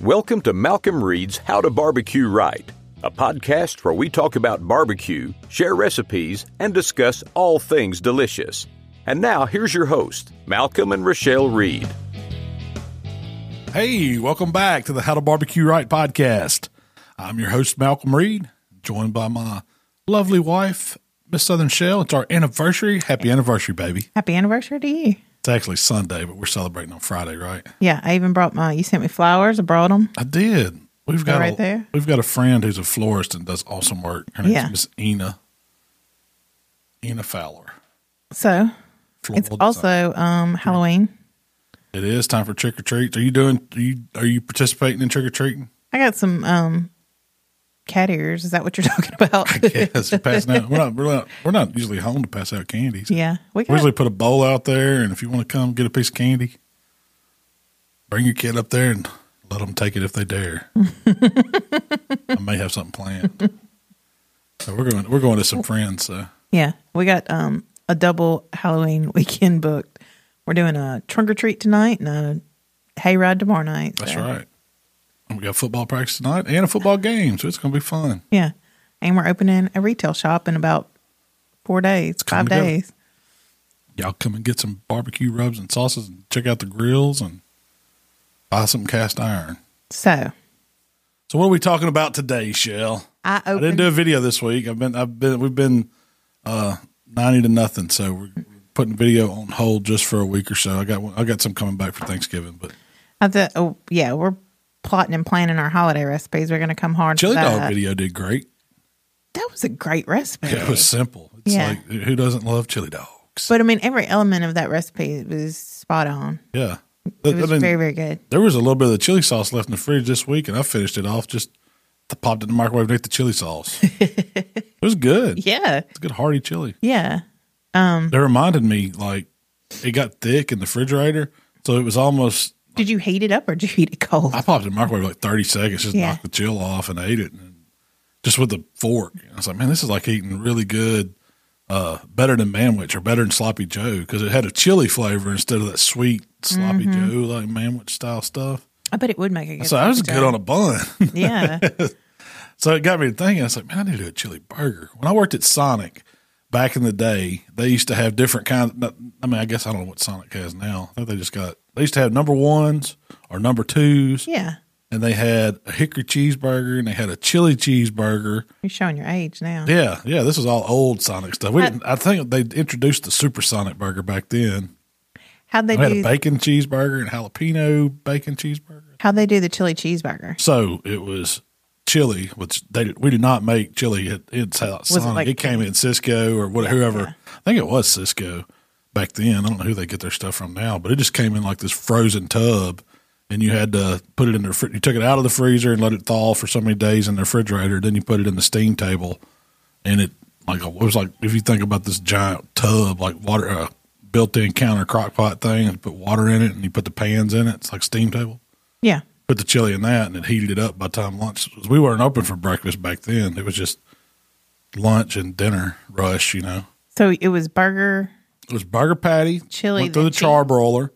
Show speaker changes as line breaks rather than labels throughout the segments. Welcome to Malcolm Reed's How to Barbecue Right, a podcast where we talk about barbecue, share recipes, and discuss all things delicious. And now, here's your host, Malcolm and Rochelle Reed.
Hey, welcome back to the How to Barbecue Right podcast. I'm your host, Malcolm Reed, joined by my lovely wife, Miss Southern Shell. It's our anniversary. Happy anniversary, baby.
Happy anniversary to you.
It's actually Sunday, but we're celebrating on Friday, right?
Yeah, I even brought my. You sent me flowers. I brought them.
I did. We've got
right
a,
there.
We've got a friend who's a florist and does awesome work. Her name's
Yeah.
Miss Ena. Ena Fowler.
So
Floral
it's
design.
also um, Halloween.
it is time for trick or treats. Are you doing? Are you are you participating in trick or treating?
I got some um, cat ears. Is that what you're talking about?
Yes, passing out. We're not, we're not we're not usually home to pass out candies.
yeah, we
We
got.
usually put a bowl out there, and if you want to come get a piece of candy, bring your kid up there and let them take it if they dare. I may have something planned. So we're going. We're going to some friends. So
Yeah, we got um, a double Halloween weekend booked. We're doing a trunk or treat tonight and a hayride tomorrow night.
that's
so,
right. And we got football practice tonight and a football game, so it's going to be fun.
Yeah, and we're opening a retail shop in about four days,
coming
five
together.
days.
Y'all come and get some barbecue rubs and sauces, and check out the grills, and buy some cast iron.
So
So what are we talking about today, Shell?
I
I didn't
opened.
do a video this week. I've been, I've been, we've been uh, ninety to nothing. So we're putting video on hold just for a week or so. I got, one- I got some coming back for Thanksgiving, but
I thought, oh, yeah, we're plotting and planning our holiday recipes. We're going to come hard.
chili
for that.
dog video did great.
That was a great recipe.
It was simple. It's
Yeah.
like who doesn't love chili dogs?
But I mean, every element of that recipe was spot on.
yeah, I- I
It was
mean,
very, very good.
there was a little bit of the chili sauce left in the fridge this week, and I finished it off just popped it in the microwave and ate the chili sauce. it was good.
Yeah.
It's good hearty chili.
Yeah. Um,
That reminded me like it got thick in the refrigerator, so it was almost
Did you heat it up or did you eat it cold?
I popped it in the microwave like 30 seconds, just
Yeah.
knocked the chill off and ate it and just with a fork. And I was like, man, this is like eating really good, uh, better than manwich or better than sloppy Joe because it had a chili flavor instead of that sweet sloppy Joe, like manwich style stuff.
I bet Mm-hmm. it would make a good.
So I was
sandwich,
good on a bun.
though. Yeah.
so it got me to thinking, I was like, man, I need to do a chili burger. When I worked at Sonic back in the day, they used to have different kinds. I mean, I guess I don't know what Sonic has now. I think they just got, they used to have number ones or number twos
yeah.
and they had a hickory cheeseburger and they had a chili cheeseburger.
You're showing your age now.
Yeah, yeah, this is all old Sonic stuff. We
I-
didn't, I think they introduced the supersonic burger back then.
How'd they
We had a
do?
bacon cheeseburger and jalapeno bacon cheeseburger.
How'd they do the chili cheeseburger?
So it was chili, which they we did not make chili at, in South
Was it
Sonic. It,
like-
came in Cisco or whatever. whoever. I think it was Cisco back then. I don't know who they get their stuff from now, but it just came in like this frozen tub, and you had to put it in the fr- you took it out of the freezer and let it thaw for so many days in the refrigerator. Then you put it in the steam table, and it like it was like if you think about this giant tub like water. Uh, built-in counter crock pot thing and put water in it and you put the pans in it it's like steam table
Yeah.
put the chili in that and it heated it up by the time lunch. We weren't open for breakfast back then. It was just lunch and dinner rush, you know.
So it was burger.
It was burger patty,
Chili,
went through the
then
char broiler.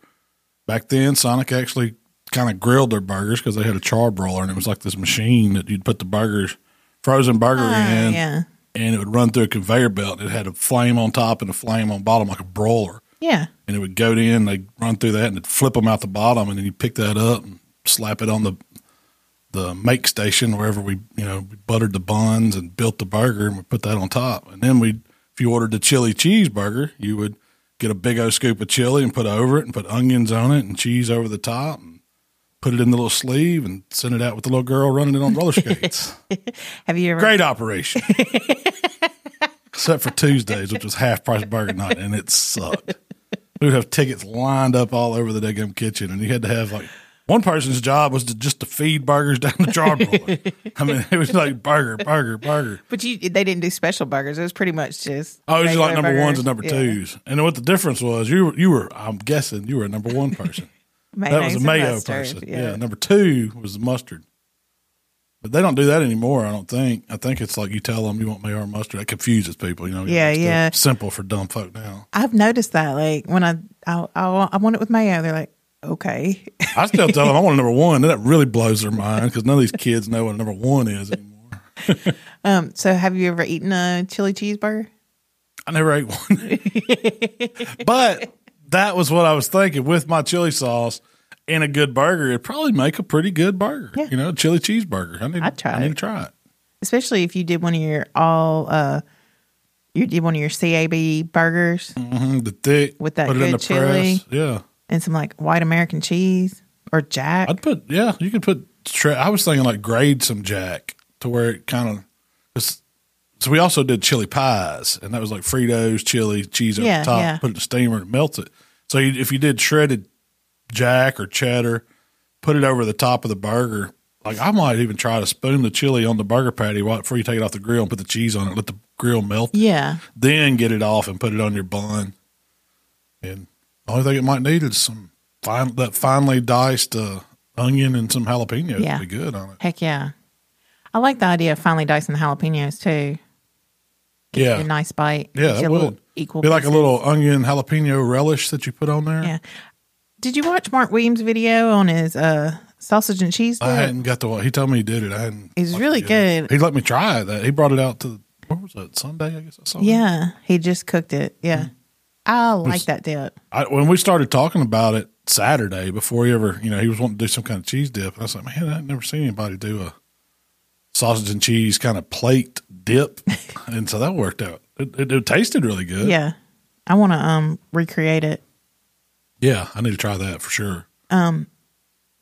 Back then, Sonic actually kind of grilled their burgers because they had a char broiler and it was like this machine that you'd put the burgers, frozen burger
Ah,
in,
yeah.
and it would run through a conveyor belt. It had a flame on top and a flame on bottom like a broiler
Yeah.
and it would go in. They run through that and it'd flip them out the bottom, and then you pick that up and slap it on the the make station wherever we you know we buttered the buns and built the burger, and we put that on top. And then we, if you ordered the chili cheeseburger, you would get a big old scoop of chili and put over it, and put onions on it and cheese over the top, and put it in the little sleeve and send it out with the little girl running it on roller skates.
Have you ever?
Great operation. Except for Tuesdays, which was half price burger night, and it sucked. We would have tickets lined up all over the daggum kitchen, and you had to have like one person's job was to just to feed burgers down the jar broiler. I mean, it was like burger, burger, burger.
But you, they didn't do special burgers. It was pretty much just.
Oh, it was just like
regular
number ones
burgers.
and number
Yeah.
twos. And what the difference was, you were, you were, I'm guessing, you were a number one person. That was
Mayonnaise
a
and
mayo
mustard.
person. Yeah. Number two was the mustard. But they don't do that anymore, I don't think. I think it's like you tell them you want mayo or mustard. That confuses people, you know.
Yeah,
It's the
yeah.
Simple for dumb folk now.
I've noticed that. Like when I I, I, want- I want it with mayo, they're like, okay.
I still tell them I want a number one. That really blows their mind because none of these kids know what a number one is anymore.
Um, so have you ever eaten a chili cheeseburger?
I never ate one. but that was what I was thinking with my chili sauce and a good burger. It'd probably make a pretty good burger.
Yeah.
You know, chili cheeseburger. I need,
I'd try
I need to
it.
try it.
Especially if you did one of your all uh you did one of your CAB burgers
hmm the thick.
With that
put it in the
good chili.
press. Yeah.
and some like white American cheese or jack.
I'd put, yeah, you could put, tra- I was thinking like grade some jack to where it kind of, so we also did chili pies and that was like Fritos, chili, cheese over
Yeah,
the top,
yeah.
put it in the steamer and melt it. So you, if you did shredded jack or cheddar, put it over the top of the burger. Like I might even try to spoon the chili on the burger patty while, before you take it off the grill and put the cheese on it, let the grill melt,
yeah.
then get it off and put it on your bun. And the only thing it might need is some fine, that finely diced uh, onion and some jalapenos.
Yeah.
would be good on it.
Heck yeah. I like the idea of finely dicing the jalapenos too. A
Yeah,
nice bite.
yeah,
Gives you
that
a little
would
equal
be like a
pieces.
little onion jalapeno relish that you put on there.
Yeah. Did you watch Mark Williams' video on his uh sausage and cheese?
I
dip?
hadn't got the one. He told me he did it. I hadn't.
It's
looked
really
at it.
good.
He let me try that. He brought it out to where was that Sunday? I guess I saw. it.
Yeah, he just cooked it. Yeah,
Mm-hmm.
I like that dip.
I, when we started talking about it Saturday before he ever, you know, he was wanting to do some kind of cheese dip, and I was like, man, I've never seen anybody do a sausage and cheese kind of plate dip, and so that worked out. It, it, it tasted really good.
Yeah, I want to um recreate it.
yeah, I need to try that for sure.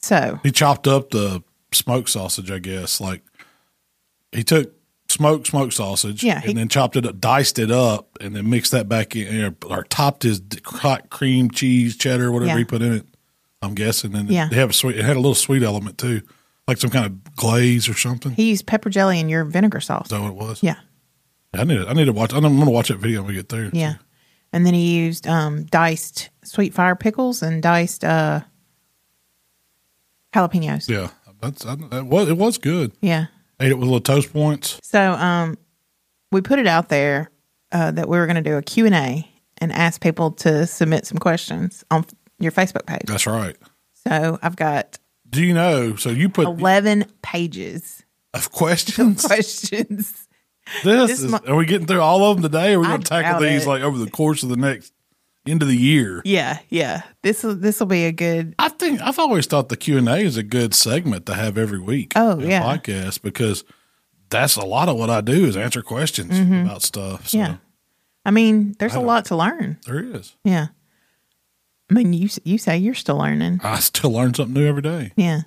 So
He chopped up the smoked sausage, I guess. Like he took smoked smoked sausage,
Yeah, he-
and then chopped it, up, diced it up, and then mixed that back in, you know, or topped his d- hot cream cheese, cheddar, whatever
Yeah.
he put in it. I'm guessing, and
Yeah.
it, they have a sweet. It had a little sweet element too, like some kind of glaze or something.
he used pepper jelly and your vinegar sauce.
Is that what it was?
Yeah,
I need. to- I need to watch. I'm gonna watch that video when we get there.
yeah, and then he used um diced sweet fire pickles and diced uh jalapenos.
yeah. That's I, that was it was good.
yeah.
Ate it with little toast points.
So um, we put it out there uh, that we were going to do a Q and A and ask people to submit some questions on f- your Facebook page.
That's right.
So I've got
Do you know? So you put
eleven pages
of questions.
of questions.
This,
This
is,
mo-
are we getting through all of them today? Or are we
I
going to tackle
doubt
these
it.
like over the course of the next end of the year?
Yeah, yeah. This will this will be a good.
I think I've always thought the Q and A is a good segment to have every week.
Oh,
in a
yeah.
podcast because that's a lot of what I do is answer questions about stuff. So
Mm-hmm. Yeah. I mean, there's a lot to learn.
there is.
Yeah. I mean, you s- you say you're still learning.
I still learn something new every day.
Yeah.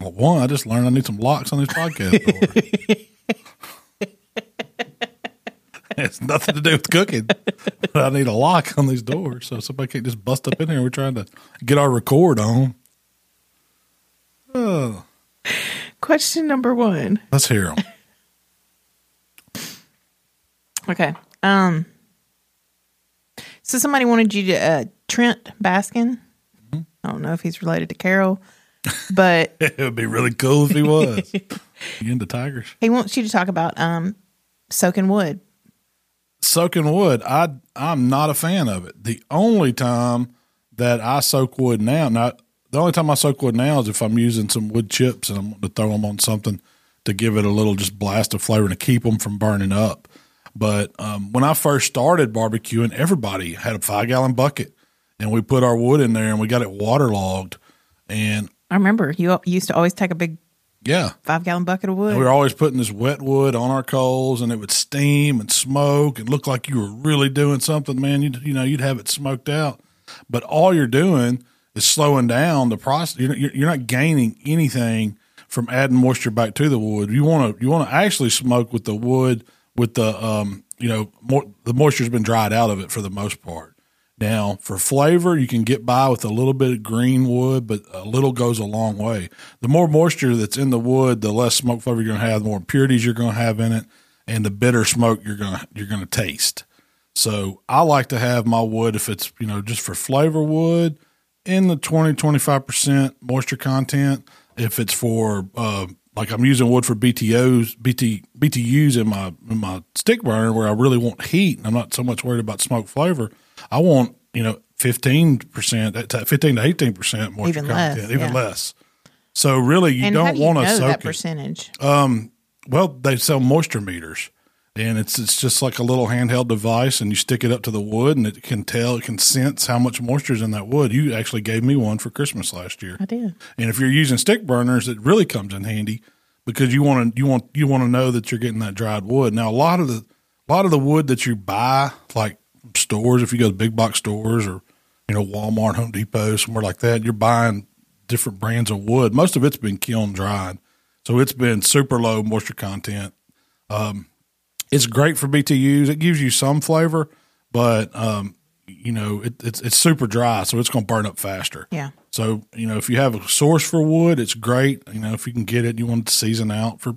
Well, one, I just learned I need some locks on this podcast door. it's nothing to do with cooking. But I need a lock on these doors so somebody can't just bust up in here. We're trying to get our record on. Oh,
Question number one.
let's hear them.
Okay. Um. So somebody wanted you to uh, Trent Baskin.
Mm-hmm.
I don't know if he's related to Carol, but
it would be really cool if he was. you into tigers?
he wants you to talk about um soaking wood.
soaking wood, I I'm not a fan of it. The only time that I soak wood now, now the only time I soak wood now is if I'm using some wood chips and I'm going to throw them on something to give it a little just blast of flavor and to keep them from burning up. But um, when I first started barbecuing, everybody had a five gallon bucket, and we put our wood in there and we got it waterlogged. And
I remember you al- used to always take a big
yeah,
five gallon bucket of wood.
and we were always putting this wet wood on our coals, and it would steam and smoke and look like you were really doing something, man. You'd, you know, you'd have it smoked out, but all you're doing is slowing down the process. You're, you're you're not gaining anything from adding moisture back to the wood. You want to you want to actually smoke with the wood with the um you know more, the moisture's been dried out of it for the most part. Now, for flavor, you can get by with a little bit of green wood, but a little goes a long way. The more moisture that's in the wood, the less smoke flavor you're going to have, the more impurities you're going to have in it, and the bitter smoke you're going to you're going to taste. So, I like to have my wood if it's, you know, just for flavor wood in the 20 25% moisture content. If it's for uh, like I'm using wood for BTOs, BT BTUs in my in my stick burner where I really want heat and I'm not so much worried about smoke flavor. I want, you know, fifteen percent, fifteen to eighteen percent moisture
Even less,
content, even
yeah.
less. So really, you
and how
don't
do you
want to
know that
soak it. Uh,
percentage?
Well, they sell moisture meters, and it's it's just like a little handheld device, and you stick it up to the wood, and it can tell, it can sense how much moisture is in that wood. You actually gave me one for Christmas last year,
I did.
and if you're using stick burners, it really comes in handy because you want to you want you want to know that you're getting that dried wood. Now, a lot of the a lot of the wood that you buy, like stores, if you go to big box stores or you know Walmart, Home Depot, somewhere like that, you're buying different brands of wood. Most of it's been kiln dried, so it's been super low moisture content. Um, It's great for BTUs. It gives you some flavor, but um, you know it, it's it's super dry, so it's going to burn up faster.
Yeah.
So you know if you have a source for wood, it's great. You know if you can get it, you want it to season out for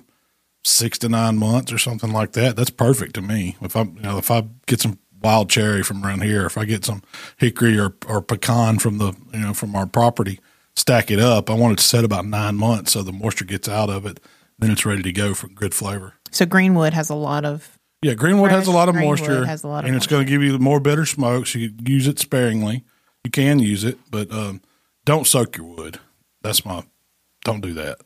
six to nine months or something like that. That's perfect to me. If I you know if I get some wild cherry from around here, if I get some hickory or or pecan from the you know from our property, stack it up. I want it to set about nine months so the moisture gets out of it. Then it's ready to go for good flavor.
So Greenwood has a lot of
Yeah, greenwood has a
Fresh
lot of
greenwood
moisture,
has a lot of
and it's going to give you more better smoke. So you use it sparingly. You can use it, but um, don't soak your wood. That's my. Don't do that.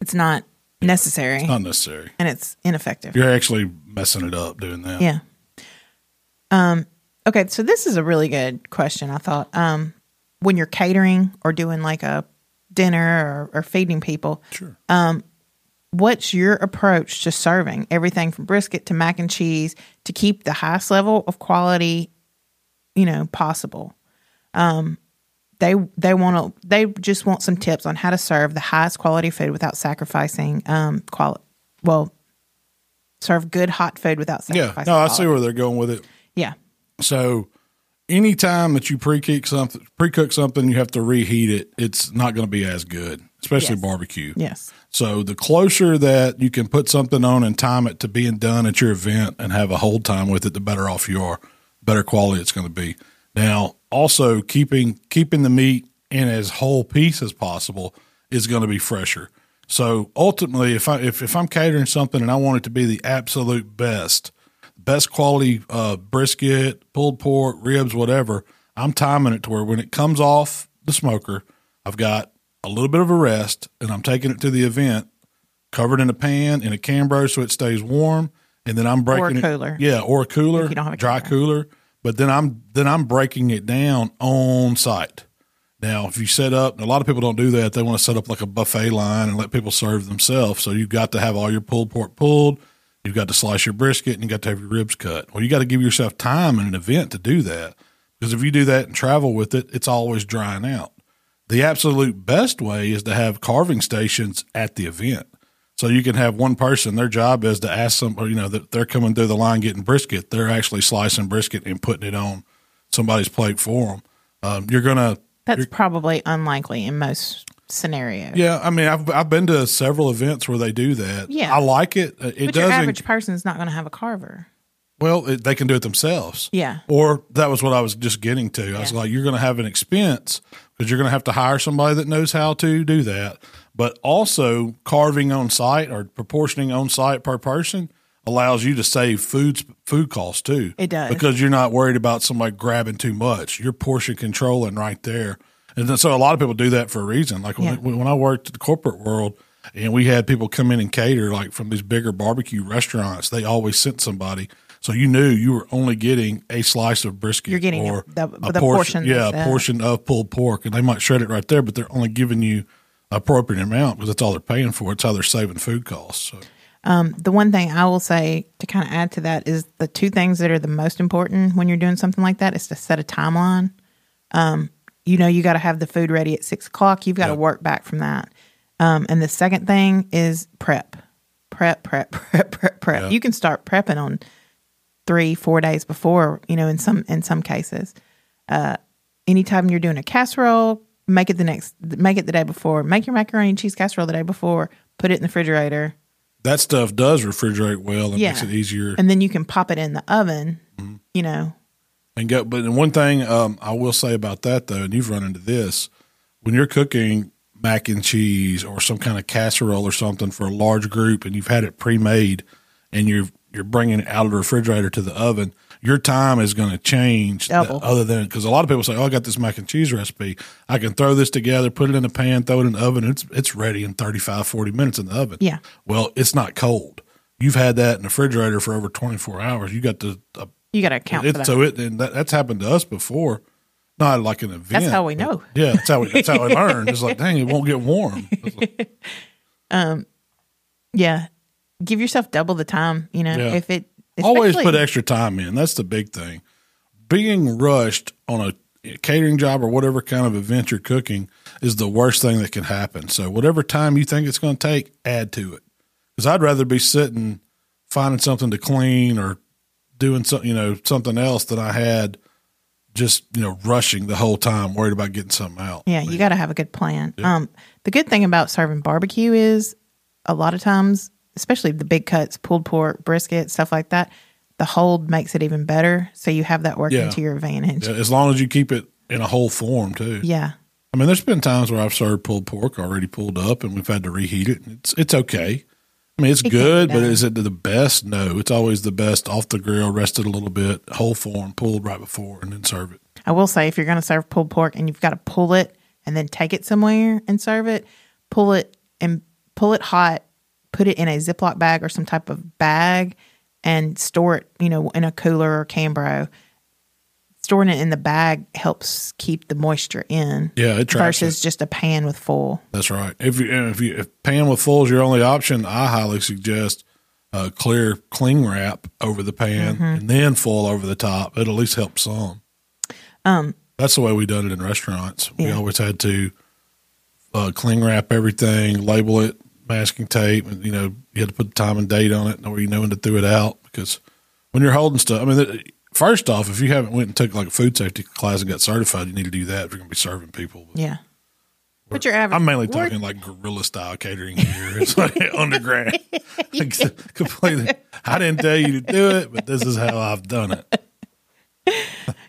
it's not necessary
Not necessary.
and it's ineffective.
You're actually messing it up doing that.
Yeah. Um, okay, so this is a really good question, I thought. Um, when you're catering or doing like a dinner or, or feeding people, um,
Sure.
what's your approach to serving everything from brisket to mac and cheese to keep the highest level of quality, you know, possible? Um, they they want to they just want some tips on how to serve the highest quality food without sacrificing um quality. Well, serve good hot food without
yeah.
sacrificing.
No, I
quality.
see where they're going with it.
Yeah,
So, anytime that you pre-cook something, pre-cook something, you have to reheat it. It's not going to be as good, especially
Yes.
barbecue.
yes,
So the closer that you can put something on and time it to being done at your event and have a hold time with it, the better off you are, better quality it's going to be. Now, also keeping keeping the meat in as whole piece as possible is going to be fresher. So ultimately, if I if, if I'm catering something and I want it to be the absolute best, best quality uh, brisket, pulled pork, ribs, whatever, I'm timing it to where when it comes off the smoker, I've got a little bit of a rest and I'm taking it to the event covered in a pan in a Cambro so it stays warm. And then I'm breaking it-
cooler.
yeah, or a cooler,
you don't have a
dry
Cambro.
cooler. But then I'm then I'm breaking it down on site. Now, if you set up, and a lot of people don't do that. They want to set up like a buffet line and let people serve themselves. So you've got to have all your pulled pork pulled. You've got to slice your brisket and you got to have your ribs cut. Well, you got to give yourself time in an event to do that because if you do that and travel with it, it's always drying out. The absolute best way is to have carving stations at the event. So you can have one person, their job is to ask them, or, you know, that they're coming through the line getting brisket. They're actually slicing brisket and putting it on somebody's plate for them. Um, you're going to,
that's probably unlikely in most scenarios.
yeah, I mean, I've I've been to several events where they do that.
Yeah.
I like it. Uh, It
but your
doesn't.
average person's not going to have a carver.
well, it, they can do it themselves.
Yeah.
Or that was what I was just getting to. I was
Yeah.
like, you're going to have an expense because you're going to have to hire somebody that knows how to do that. But also, carving on site or proportioning on site per person allows you to save food food costs too.
It does.
because you're not worried about somebody grabbing too much. You're portion controlling right there. And then, so a lot of people do that for a reason. Like when,
Yeah.
when when I worked at the corporate world and we had people come in and cater like from these bigger barbecue restaurants, they always sent somebody. So you knew you were only getting a slice of brisket.
You're getting
or
the- the-
a
the
portion,
portion
yeah, a
that's, uh,
portion of pulled pork, and they might shred it right there, but they're only giving you appropriate amount because that's all they're paying for. It's how they're saving food costs. So
the one thing I will say to kind of add to that is the two things that are the most important when you're doing something like that is to set a timeline. Um, you know, you got to have the food ready at six o'clock. You've got to
Yep.
work back from that. Um, and the second thing is prep, prep, prep, prep, prep, prep.
Yeah.
You can start prepping on three, four days before. You know, in some in some cases, uh, anytime you're doing a casserole, make it the next, make it the day before. Make your macaroni and cheese casserole the day before. Put it in the refrigerator
that stuff does refrigerate well and makes
Yeah.
it easier.
and then you can pop it in the oven.
Mm-hmm.
You know,
And go, but one thing um, I will say about that though, and you've run into this when you're cooking mac and cheese or some kind of casserole or something for a large group, and you've had it pre-made, and you're you're bringing it out of the refrigerator to the oven. your time is going to change. that-
Double.
other than because a lot of people say, "Oh, I got this mac and cheese recipe. I can throw this together, put it in a pan, throw it in the oven. and It's it's ready in 35, 40 minutes in the oven."
Yeah.
Well, it's not cold. You've had that in the refrigerator for over twenty four hours. You got to uh,
You got to account
it,
for that.
so it and that, that's happened to us before. Not like an event.
how we
but-
know.
Yeah, that's how we that's how we learn. It's like, dang, it won't get warm. It's like,
yeah. Give yourself double the time, you know,
Yeah.
if it
always
especially-
put extra time in. That's the big thing. Being rushed on a catering job or whatever kind of event you're cooking is the worst thing that can happen. So whatever time you think it's going to take, add to it. Because I'd rather be sitting finding something to clean or doing something, you know, something else than I had just you know rushing the whole time, worried about getting something out.
Yeah, you got to have a good plan. Um, the good thing about serving barbecue is a lot of times, especially the big cuts, pulled pork, brisket, stuff like that, the hold makes it even better. So you have that working
Yeah.
to your advantage.
Yeah,
Yeah.
as long as you keep it in a whole form too. I mean, there's been times where I've served pulled pork already pulled up, and we've had to reheat it. It's it's okay. I mean, it's
It can be
good, but
done.
is it the best? No, it's always the best off the grill, rested a little bit, whole form, pulled right before, and then serve it.
I will say if you're going to serve pulled pork and you've got to pull it and then take it somewhere and serve it, pull it and pull it hot, put it in a Ziploc bag or some type of bag and store it, you know, in a cooler or Cambro. Storing it in the bag helps keep the moisture in
Yeah, it traps
versus
it.
just a pan with full.
That's right. If you and if you if pan with full is your only option, I highly suggest uh, clear cling wrap over the
Mm-hmm.
pan and then full over the top. It'll at least help some. Um,
Um,
That's the way we done it in restaurants. We
Yeah.
always had to uh, cling wrap everything, label it, masking tape, and you know you had to put the time and date on it, or you know when to throw it out because when you're holding stuff, I mean. th First off, if you haven't went and took like a food safety class and got certified, you need to do that if you're going to be serving people.
Yeah. But your average
I'm mainly
we're-
talking like guerrilla style catering here. It's like underground. Like, completely. I didn't tell you to do it, but this is how I've done it.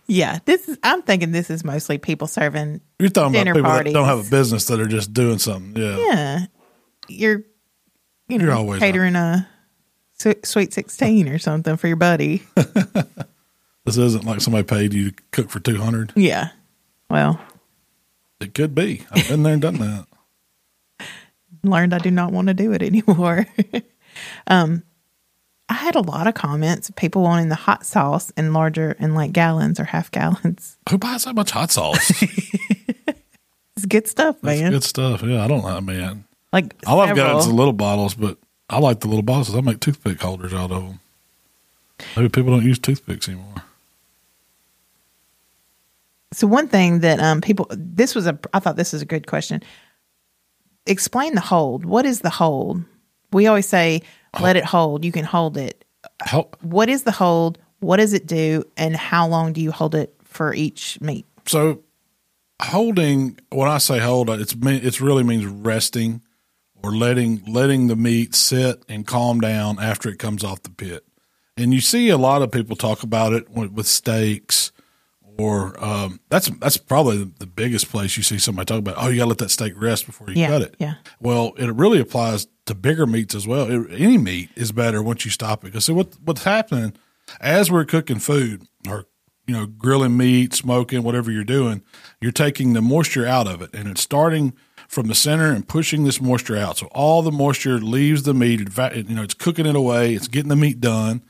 Yeah, this is I'm thinking this is mostly people serving
You're talking
Dinner
about people
parties.
that don't have a business that are just doing something. Yeah.
yeah. You're you know
You're always
catering a su- sweet 16 or something for your buddy.
This isn't like somebody paid you to cook for 200.
Yeah. Well,
It could be. I've been there and done that.
learned I do not want to do it anymore. um, I had a lot of comments of people wanting the hot sauce in larger and like gallons or half gallons.
Who buys that much hot sauce?
It's good stuff,
That's
man.
good stuff. Yeah. I don't know, man.
Like
All I've got
several.
is the little bottles, but I like the little bottles. I make toothpick holders out of them. Maybe people don't use toothpicks anymore.
So one thing that um people this was a I thought this was a good question. Explain the hold. What is the hold? We always say let it hold. You can hold it.
Help.
What is the hold? What does it do? And how long do you hold it for each meat?
so holding when i say hold it's mean it's really means resting or letting letting the meat sit and calm down after it comes off the pit and you see a lot of people talk about it with, with steaks or um, that's that's probably the biggest place you see somebody talk about oh you gotta let that steak rest before you
Yeah,
cut it
yeah.
well it really applies to bigger meats as well it, any meat is better once you stop it because so what, what's happening as we're cooking food or you know grilling meat smoking whatever you're doing you're taking the moisture out of it and it's starting from the center and pushing this moisture out so all the moisture leaves the meat it va- you know it's cooking it away it's getting the meat done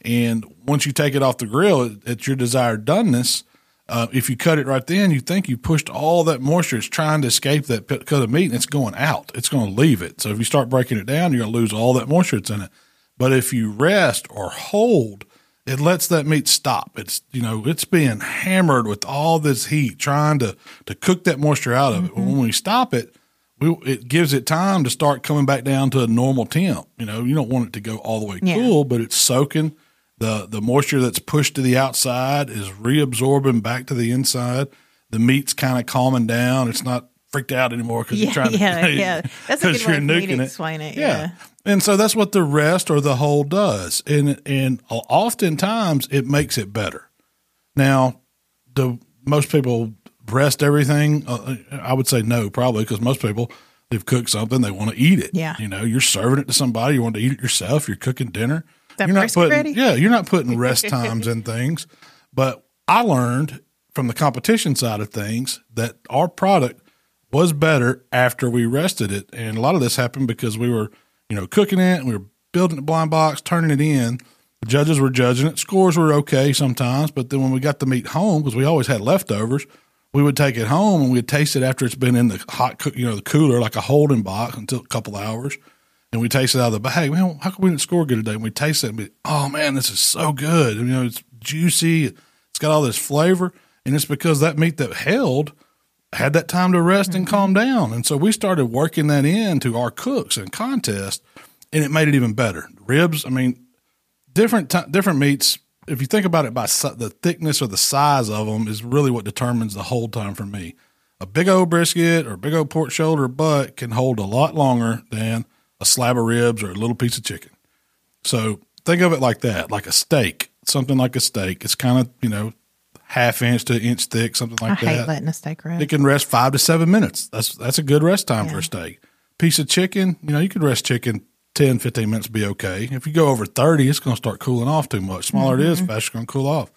and once you take it off the grill at your desired doneness, uh, if you cut it right then, you think you pushed all that moisture. It's trying to escape that pit- cut of meat and it's going out. It's going to leave it. So if you start breaking it down, you're going to lose all that moisture that's in it. But if you rest or hold, it lets that meat stop. It's you know it's being hammered with all this heat, trying to to cook that moisture out of it. When we stop it, we, it gives it time to start coming back down to a normal temp. You know, you don't want it to go all the way
Yeah.
cool, but it's soaking. The the moisture that's pushed to the outside is reabsorbing back to the inside. The meat's kind of calming down. It's not freaked out anymore because
Yeah,
you're trying to
yeah, yeah. That's
'cause
a good way
you're
for me to
nuking
explain it, yeah.
And so that's what the rest or the whole does. And and oftentimes it makes it better. Now, do most people rest everything? Uh, I would say no, probably because most people they've cooked something they want to eat it.
Yeah.
you know, you're serving it to somebody, you want to eat it yourself. You're cooking dinner.
That
you're not
brisket
putting
ready?
yeah you're not putting rest times in things but i learned from the competition side of things that our product was better after we rested it and a lot of this happened because we were you know cooking it and we were building the blind box turning it in the judges were judging it scores were okay sometimes but then when we got the meat home because we always had leftovers we would take it home and we'd taste it after it's been in the hot cook you know the cooler like a holding box until a couple hours and we taste it out of the bag. Man, how come we didn't score good today? And we taste it and be, oh man, this is so good. And, you know, it's juicy. It's got all this flavor, and it's because that meat that held had that time to rest and calm down. And so we started working that into our cooks and contest, and it made it even better. Ribs, I mean, different ti different meats. If you think about it by si- the thickness or the size of them, is really what determines the hold time for me. A big old brisket or big old pork shoulder butt can hold a lot longer than a slab of ribs or a little piece of chicken. So think of it like that, like a steak, something like a steak. It's kind of you know half inch to inch thick, something
I
like that.
hate letting a steak rest.
It can rest five to seven minutes. That's that's a good rest time for
Yeah.
a steak. Piece of chicken, you know, you could rest chicken 10, 15 minutes, be okay. If you go over 30, it's going to start cooling off too much. Smaller it is, faster it's going to cool off.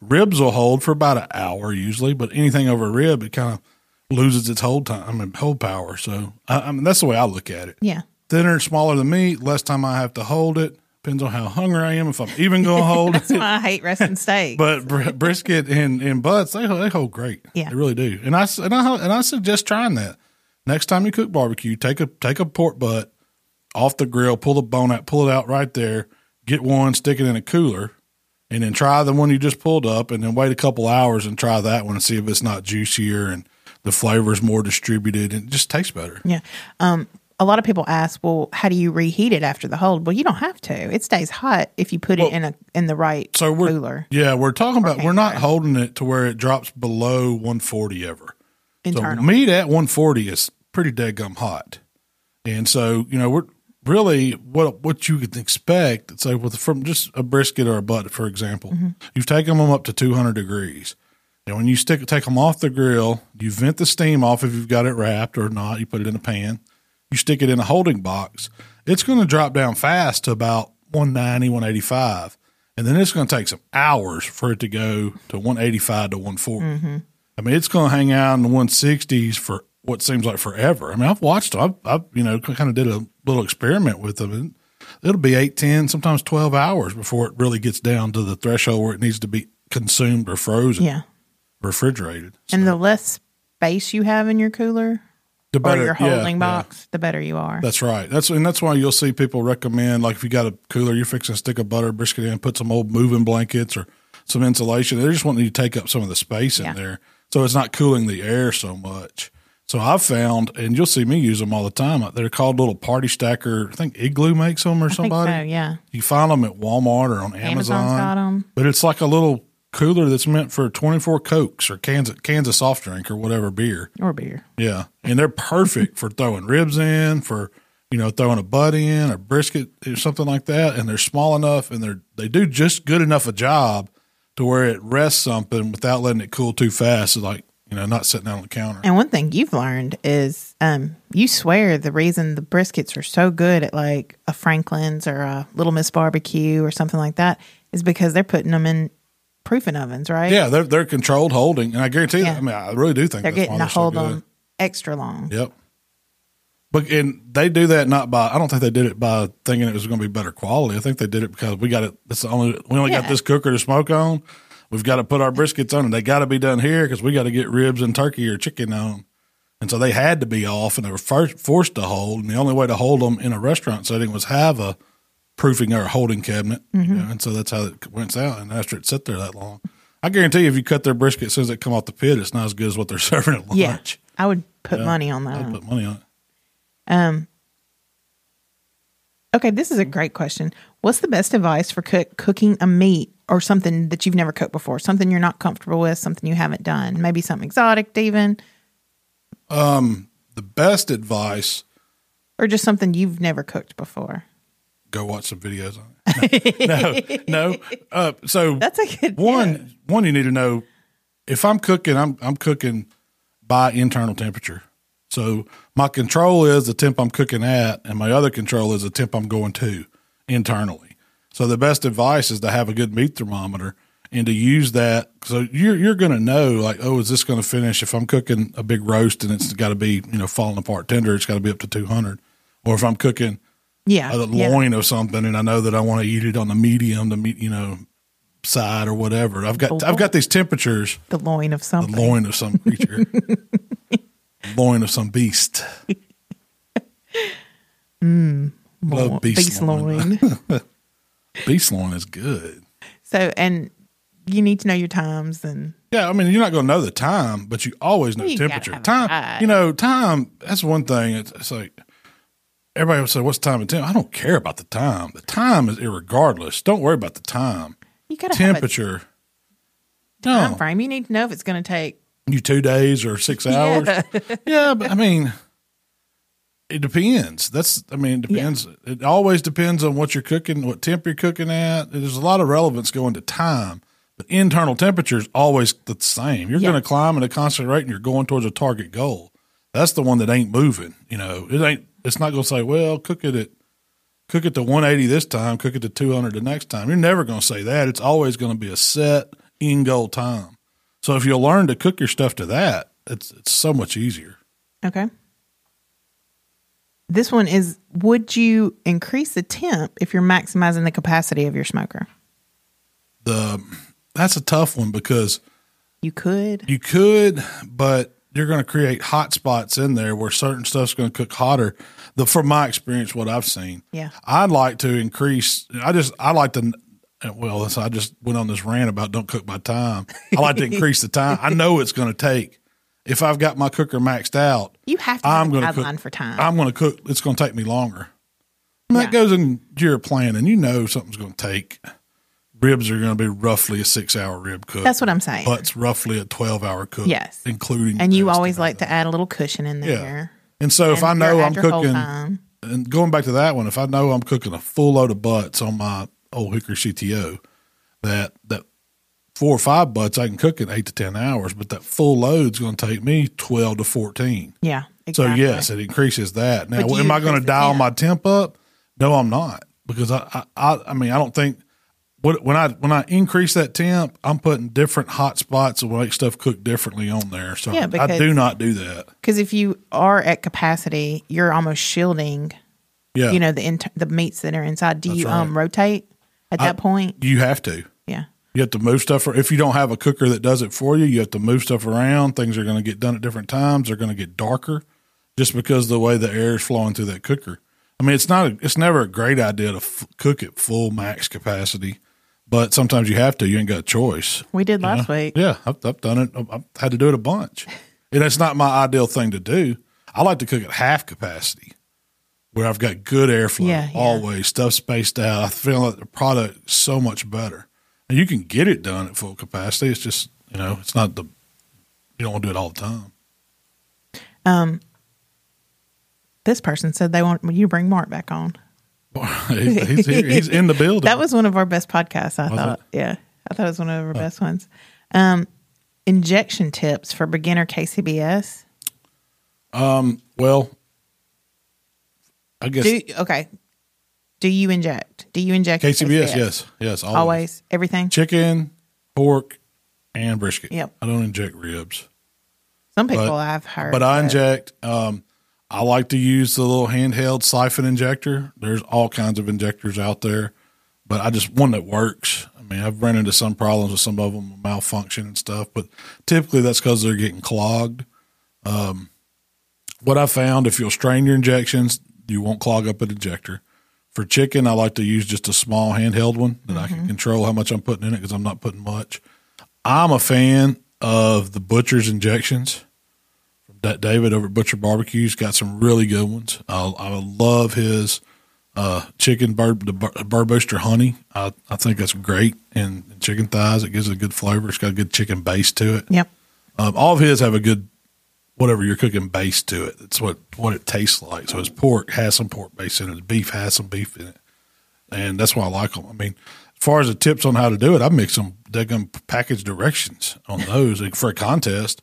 Ribs will hold for about an hour usually, but anything over a rib, it kind of loses its hold time, I mean, hold power. So, I, I mean, that's the way I look at it.
yeah.
Thinner, smaller than meat, less time I have to hold it. Depends on how hungry I am, if I'm even going to hold it.
That's why I hate resting steak.
But br- brisket and, and butts, they, they hold great.
Yeah.
they really do. And I s- and I and I suggest trying that next time you cook barbecue. Take a take a pork butt off the grill, pull the bone out, pull it out right there. Get one, stick it in a cooler, and then try the one you just pulled up, and then wait a couple hours and try that one and see if it's not juicier and the flavor's more distributed and it just tastes better.
yeah. Um, a lot of people ask, well, how do you reheat it after the hold? Well, you don't have to. It stays hot if you put it in a in the right
So we're
cooler.
yeah, we're talking about we're not
hamper.
holding it to where it drops below 140 ever. So
Internal.
meat at 140 is pretty dadgum hot, and so you know we're really what what you can expect. Say with from just a brisket or a butt, for example, you've taken them up to 200 degrees, and when you stick take them off the grill, you vent the steam off if you've got it wrapped or not. You put it in a pan, you stick it in a holding box. It's going to drop down fast to about 190, 185. And then it's going to take some hours for it to go to 185 to 140. I mean, it's going to hang out in the 160s for what seems like forever. I mean, I've watched them. I've, I've you know, kind of did a little experiment with them. And it'll be 8, 10, sometimes 12 hours before it really gets down to the threshold where it needs to be consumed or frozen,
yeah.
refrigerated.
And the less space you have in your cooler
The
or your
yeah,
holding
yeah.
box, the better you are.
That's right. That's and that's why you'll see people recommend like if you got a cooler, you're fixing to stick a butter brisket in, put some old moving blankets or some insulation. They just want you to take up some of the space in
Yeah.
there, so it's not cooling the air so much. So I've found, and you'll see me use them all the time. uh, They're called little party stacker. I think Igloo makes them or
I think
somebody.
so, yeah.
You find them at Walmart or on Amazon.
Amazon's got 'em.
But it's like a little cooler that's meant for 24 Cokes or cans of, cans of soft drink or whatever beer.
Or beer.
Yeah, and they're perfect for throwing ribs in, for you know throwing a butt in, a brisket or something like that. And they're small enough, and they're they do just good enough a job to where it rests something without letting it cool too fast. It's like you know, not sitting down on the counter.
And one thing you've learned is um, you swear the reason the briskets are so good at like a Franklin's or a Little Miss Barbecue or something like that is because they're putting them in proofing ovens, right?
Yeah, they're they're controlled holding, and I guarantee.
Yeah.
That, I mean, I really do think
They're
that's
getting
why
to
they're so
hold
good.
them extra long.
Yep. But and they do that not by I don't think they did it by thinking it was going to be better quality. I think they did it because we got it. That's the only we only got
Yeah.
this cooker to smoke on. We've got to put our briskets on, and they got to be done here because we got to get ribs and turkey or chicken on. And so they had to be off, and they were first forced to hold. And the only way to hold them in a restaurant setting was have a proofing or a holding cabinet. You
Mm-hmm.
know, and so that's how it went out. And after it sat there that long, I guarantee you, if you cut their brisket as soon as they come off the pit, it's not as good as what they're serving at lunch.
Yeah. I would put money on that.
I'd put money on it.
Um, okay, this is a great question. What's the best advice for cook, cooking a meat or something that you've never cooked before? Something you're not comfortable with, something you haven't done, maybe something exotic, even,
the best advice
or just something you've never cooked before.
go watch some videos on it. No, no, no. Uh, so
That's a good
one. One, you need to know if I'm cooking, I'm I'm cooking by internal temperature. So my control is the temp I'm cooking at, and my other control is the temp I'm going to internally. So the best advice is to have a good meat thermometer and to use that. So you're you're going to know like, oh, is this going to finish? If I'm cooking a big roast and it's got to be you know falling apart tender, it's got to be up to 200. Or if I'm cooking
Yeah.
a
yeah.
Oh, loin of something and I know that I want to eat it on the medium, the meat you know side or whatever, I've got I've
Uh-huh.
got these temperatures.
The loin of something.
The loin of some creature. loin of some beast. love
Loin-
beast loin.
loin.
Beast loin is good.
so, and you need to know your times and
Yeah, I mean, you're not going to know the time, but you always know
You gotta
temperature.
have a
Time,
guide.
you know, time. That's one thing. It's, it's like everybody will say, "What's time and temp?" I don't care about the time. The time is irregardless. Don't worry about the time.
you got to have a
Temperature. Oh.
time
No,
frame. You need to know if it's going to take.
you two days or six hours.
Yeah.
Yeah, but I mean, it depends. That's, I mean, it depends. It always depends on what you're cooking, what temp you're cooking at. There's a lot of relevance going to time, but internal temperature is always the same. You're
Yeah.
going to climb at a constant rate and you're going towards a target goal. That's the one that ain't moving. You know, it ain't, it's not going to say, well, cook it at, cook it to 180 this time, cook it to 200 the next time. You're never going to say that. It's always going to be a set end goal time. So if you'll learn to cook your stuff to that, it's, it's so much easier.
Okay. This one is Would you increase the temp if you're maximizing the capacity of your smoker?
the that's a tough one because
You could.
you could, but you're going to create hot spots in there where certain stuff's going to cook hotter. The from my experience, what I've seen,
Yeah.
I'd like to increase. I just I like to. Well, that's- I just went on this rant about don't cook by time. I like to increase the time. I know it's going to take. If I've got my cooker maxed out,
You have to have
I'm
a
going to
guideline
cook.
for time.
I'm going to cook. It's going to take me longer. And
Uh-huh. Yeah.
That goes into your plan, and you know something's going to take. Ribs are going to be roughly a six-hour rib cook.
That's what I'm saying.
Butts roughly a twelve-hour cook.
Yes.
including
and you
roast
always
that.
like to add a little cushion in there.
And so if
And
I know
you're
I'm
at your whole
cooking,
time.
and going back to that one, if I know I'm cooking a full load of butts on my old hickory CTO, that that four or five butts I can cook in eight to ten hours, but that full load's going to take me twelve to fourteen.
Yeah.
So
Exactly.
yes, it increases that. Now,
But do you
am I going
increase
to
the
dial
temp?
my temp up? No, I'm not because I, I, I, I mean, I don't think what, when I when I increase that temp, I'm putting different hot spots and make stuff cook differently on there. So
Yeah,
I
because-
do not do that.
Because if you are at capacity, you're almost shielding,
Yeah,
you know, the inter- the meats that are inside. Do
That's
you
right.
um rotate at that point?
you have to.
Yeah.
You have to move stuff. ar- If you don't have a cooker that does it for you, you have to move stuff around. Things are going to get done at different times. They're going to get darker just because of the way the air is flowing through that cooker. I mean, it's not. A, it's never a great idea to f- cook at full max capacity, but sometimes you have to. You ain't got a choice.
We did last week.
Yeah, I've, I've done it. I've, I've had to do it a bunch, and it's not my ideal thing to do. I like to cook at half capacity, where I've got good airflow
Yeah, yeah.
always, stuff spaced out. I feel like the product is so much better, and you can get it done at full capacity. It's just you know, it's not the you don't want to do it all the time.
This person said they want you to bring Mark back on.
he's, he's here. He's in the building.
That was one of our best podcasts, I thought. Yeah. I thought it was one of our best ones. Um, injection tips for beginner KCBS.
well. I guess
Do okay. Do you inject? Do you inject
KCBS. Yes, yes, always.
Always. Everything.
chicken, pork, and brisket.
Yep.
I don't inject ribs.
Some people
but-
I've heard.
but I inject. Um, I like to use the little handheld siphon injector. There's all kinds of injectors out there, but I just one that works. I mean, I've run into some problems with some of them malfunction and stuff, but typically that's because they're getting clogged. Um, what I found, if you'll strain your injections, you won't clog up an injector. For chicken, I like to use just a small handheld one that I can control how much I'm putting in it because I'm not putting much. I'm a fan of the butcher's injections that David over at Butcher Barbecue's got some really good ones. I, I love his uh, chicken bur- the bur- Burbuster honey. I, I think that's great. And chicken thighs, it gives it a good flavor. It's got a good chicken base to it.
Yep.
Um, all of his have a good whatever you're cooking base to it. It's what what it tastes like. So his pork has some pork base in it. His beef has some beef in it, and that's why I like them. I mean, as far as the tips on how to do it, I mix them. They come package directions on those and for a contest.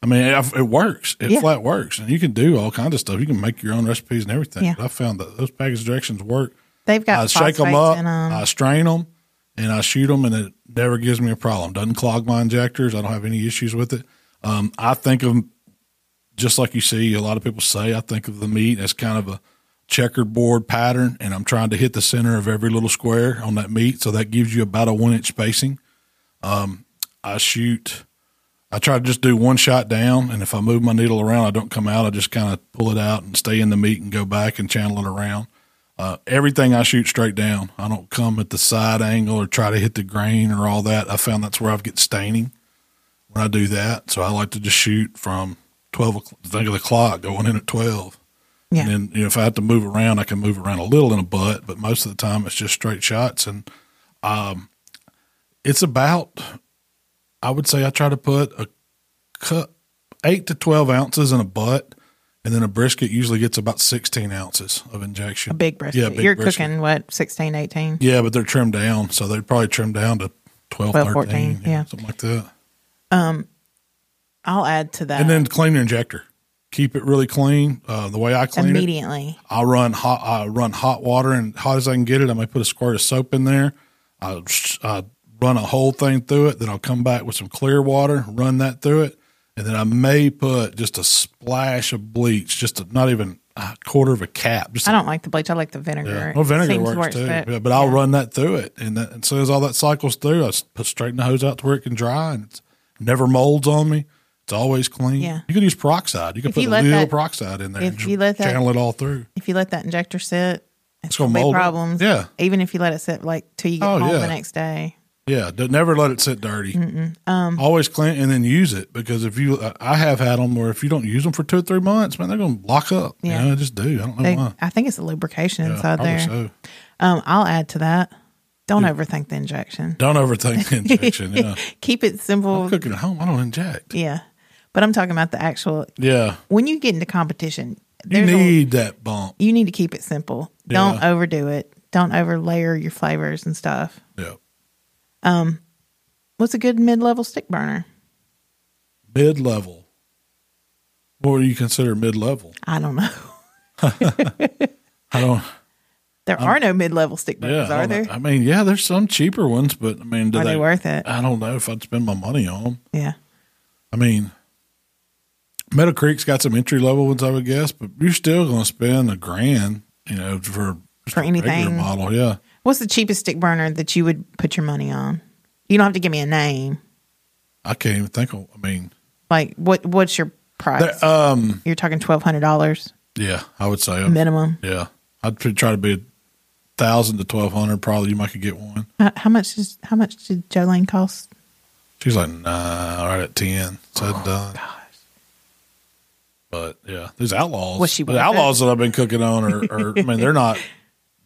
I mean, it, it works. It
Yeah.
flat works, and you can do all kinds of stuff. You can make your own recipes and everything.
Yeah.
But I found that those package directions work.
They've got
I shake them
phosphates
up,
in 'em.
I strain them, and I shoot them, and it never gives me a problem. Doesn't clog my injectors. I don't have any issues with it. Um, I think of just like you see a lot of people say. I think of the meat as kind of a checkered board pattern, and I'm trying to hit the center of every little square on that meat, so that gives you about a one inch spacing. Um, I shoot. I try to just do one shot down, and if I move my needle around, I don't come out. I just kind of pull it out and stay in the meat and go back and channel it around. Uh, everything I shoot straight down. I don't come at the side angle or try to hit the grain or all that. I found that's where I get staining when I do that. So I like to just shoot from twelve. o'clock, Think of the clock going in at twelve.
Yeah.
And then you know, if I have to move around, I can move around a little in a butt, but most of the time it's just straight shots. And um, it's about I would say I try to put a cup eight to twelve ounces in a butt, and then a brisket usually gets about sixteen ounces of injection.
a big brisket.
Yeah, big
You're
brisket.
cooking what 16, 18?
Yeah, but they're trimmed down, so they'd probably trim down to 12,
12,
13,
14,
yeah,
yeah. Uh,
something like that.
I'll add to that
And then clean your injector. Keep it really clean. Uh, the way I clean it,
immediately.
I run hot. I run hot water and hot as I can get it. I might put a squirt of soap in there. I, I run a whole thing through it. Then I'll come back with some clear water, run that through it, and then I may put just a splash of bleach, just a, not even a quarter of a cap, just
I
a
don't like the bleach. I like the vinegar.
yeah.
It
Well, vinegar
seems
works too.
but-
yeah, but I'll run that through it, and, that, and so as all that cycles through, I s- put straighten the hose out to where it can dry, and it's never molds on me. It's always clean.
Yeah.
you can use peroxide. You can
If
put a
you let
little
that-
peroxide in there.
if
and just
you let that-
channel it all through.
if you let that injector sit, it's,
gonna
gonna be
mold it.
problems.
Yeah.
even if you let it sit like till you get
Oh,
home
yeah.
the next day.
Yeah, don't, never let it sit dirty.
Um,
Always clean and then use it because if you, I- I have had them where if you don't use them for two or three months, man, they're going to lock up. Yeah,
Yeah.
I just do. I don't know
They,
why.
I think it's the lubrication
Uh-huh. Yeah,
inside
probably
there.
so.
Um, I'll add to that. Don't overthink the injection.
Don't overthink the injection. Yeah,
Keep it simple.
cooking at home, I don't inject.
Yeah, but I'm talking about the actual.
Yeah,
When you get into competition,
you
there's a-
need that bump.
you need to keep it simple. Don't
Yeah.
overdo it. Don't over layer your flavors and stuff.
Yeah.
What's a good mid level stick burner?
mid level. What do you consider mid level?
I don't know.
I don't.
There are no mid level stick
Yeah,
burners,
I
are
don't know.
there?
I mean, yeah, there's some cheaper ones, but I mean, do
Are they worth it?
I don't know if I'd spend my money on them.
yeah.
I mean, Meadow Creek's got some entry level ones, I would guess, but you're still going to spend a grand, you know, for just
For
a regular
anything.
model. Yeah,
What's the cheapest stick burner that you would put your money on? You don't have to give me a name.
I can't even think of. I mean,
Like what? What's your price?
there- um,
You're talking twelve hundred dollars
yeah, I would say, uh,
minimum.
yeah, I'd try to be a thousand to twelve hundred. Probably you might could get one.
How, how much is how much did Jolene cost?
She's like, nah, all right at ten. Said
Oh,
and done. But yeah, there's outlaws.
Was she
but
worth
outlaws that I've been cooking on are, are I mean, they're not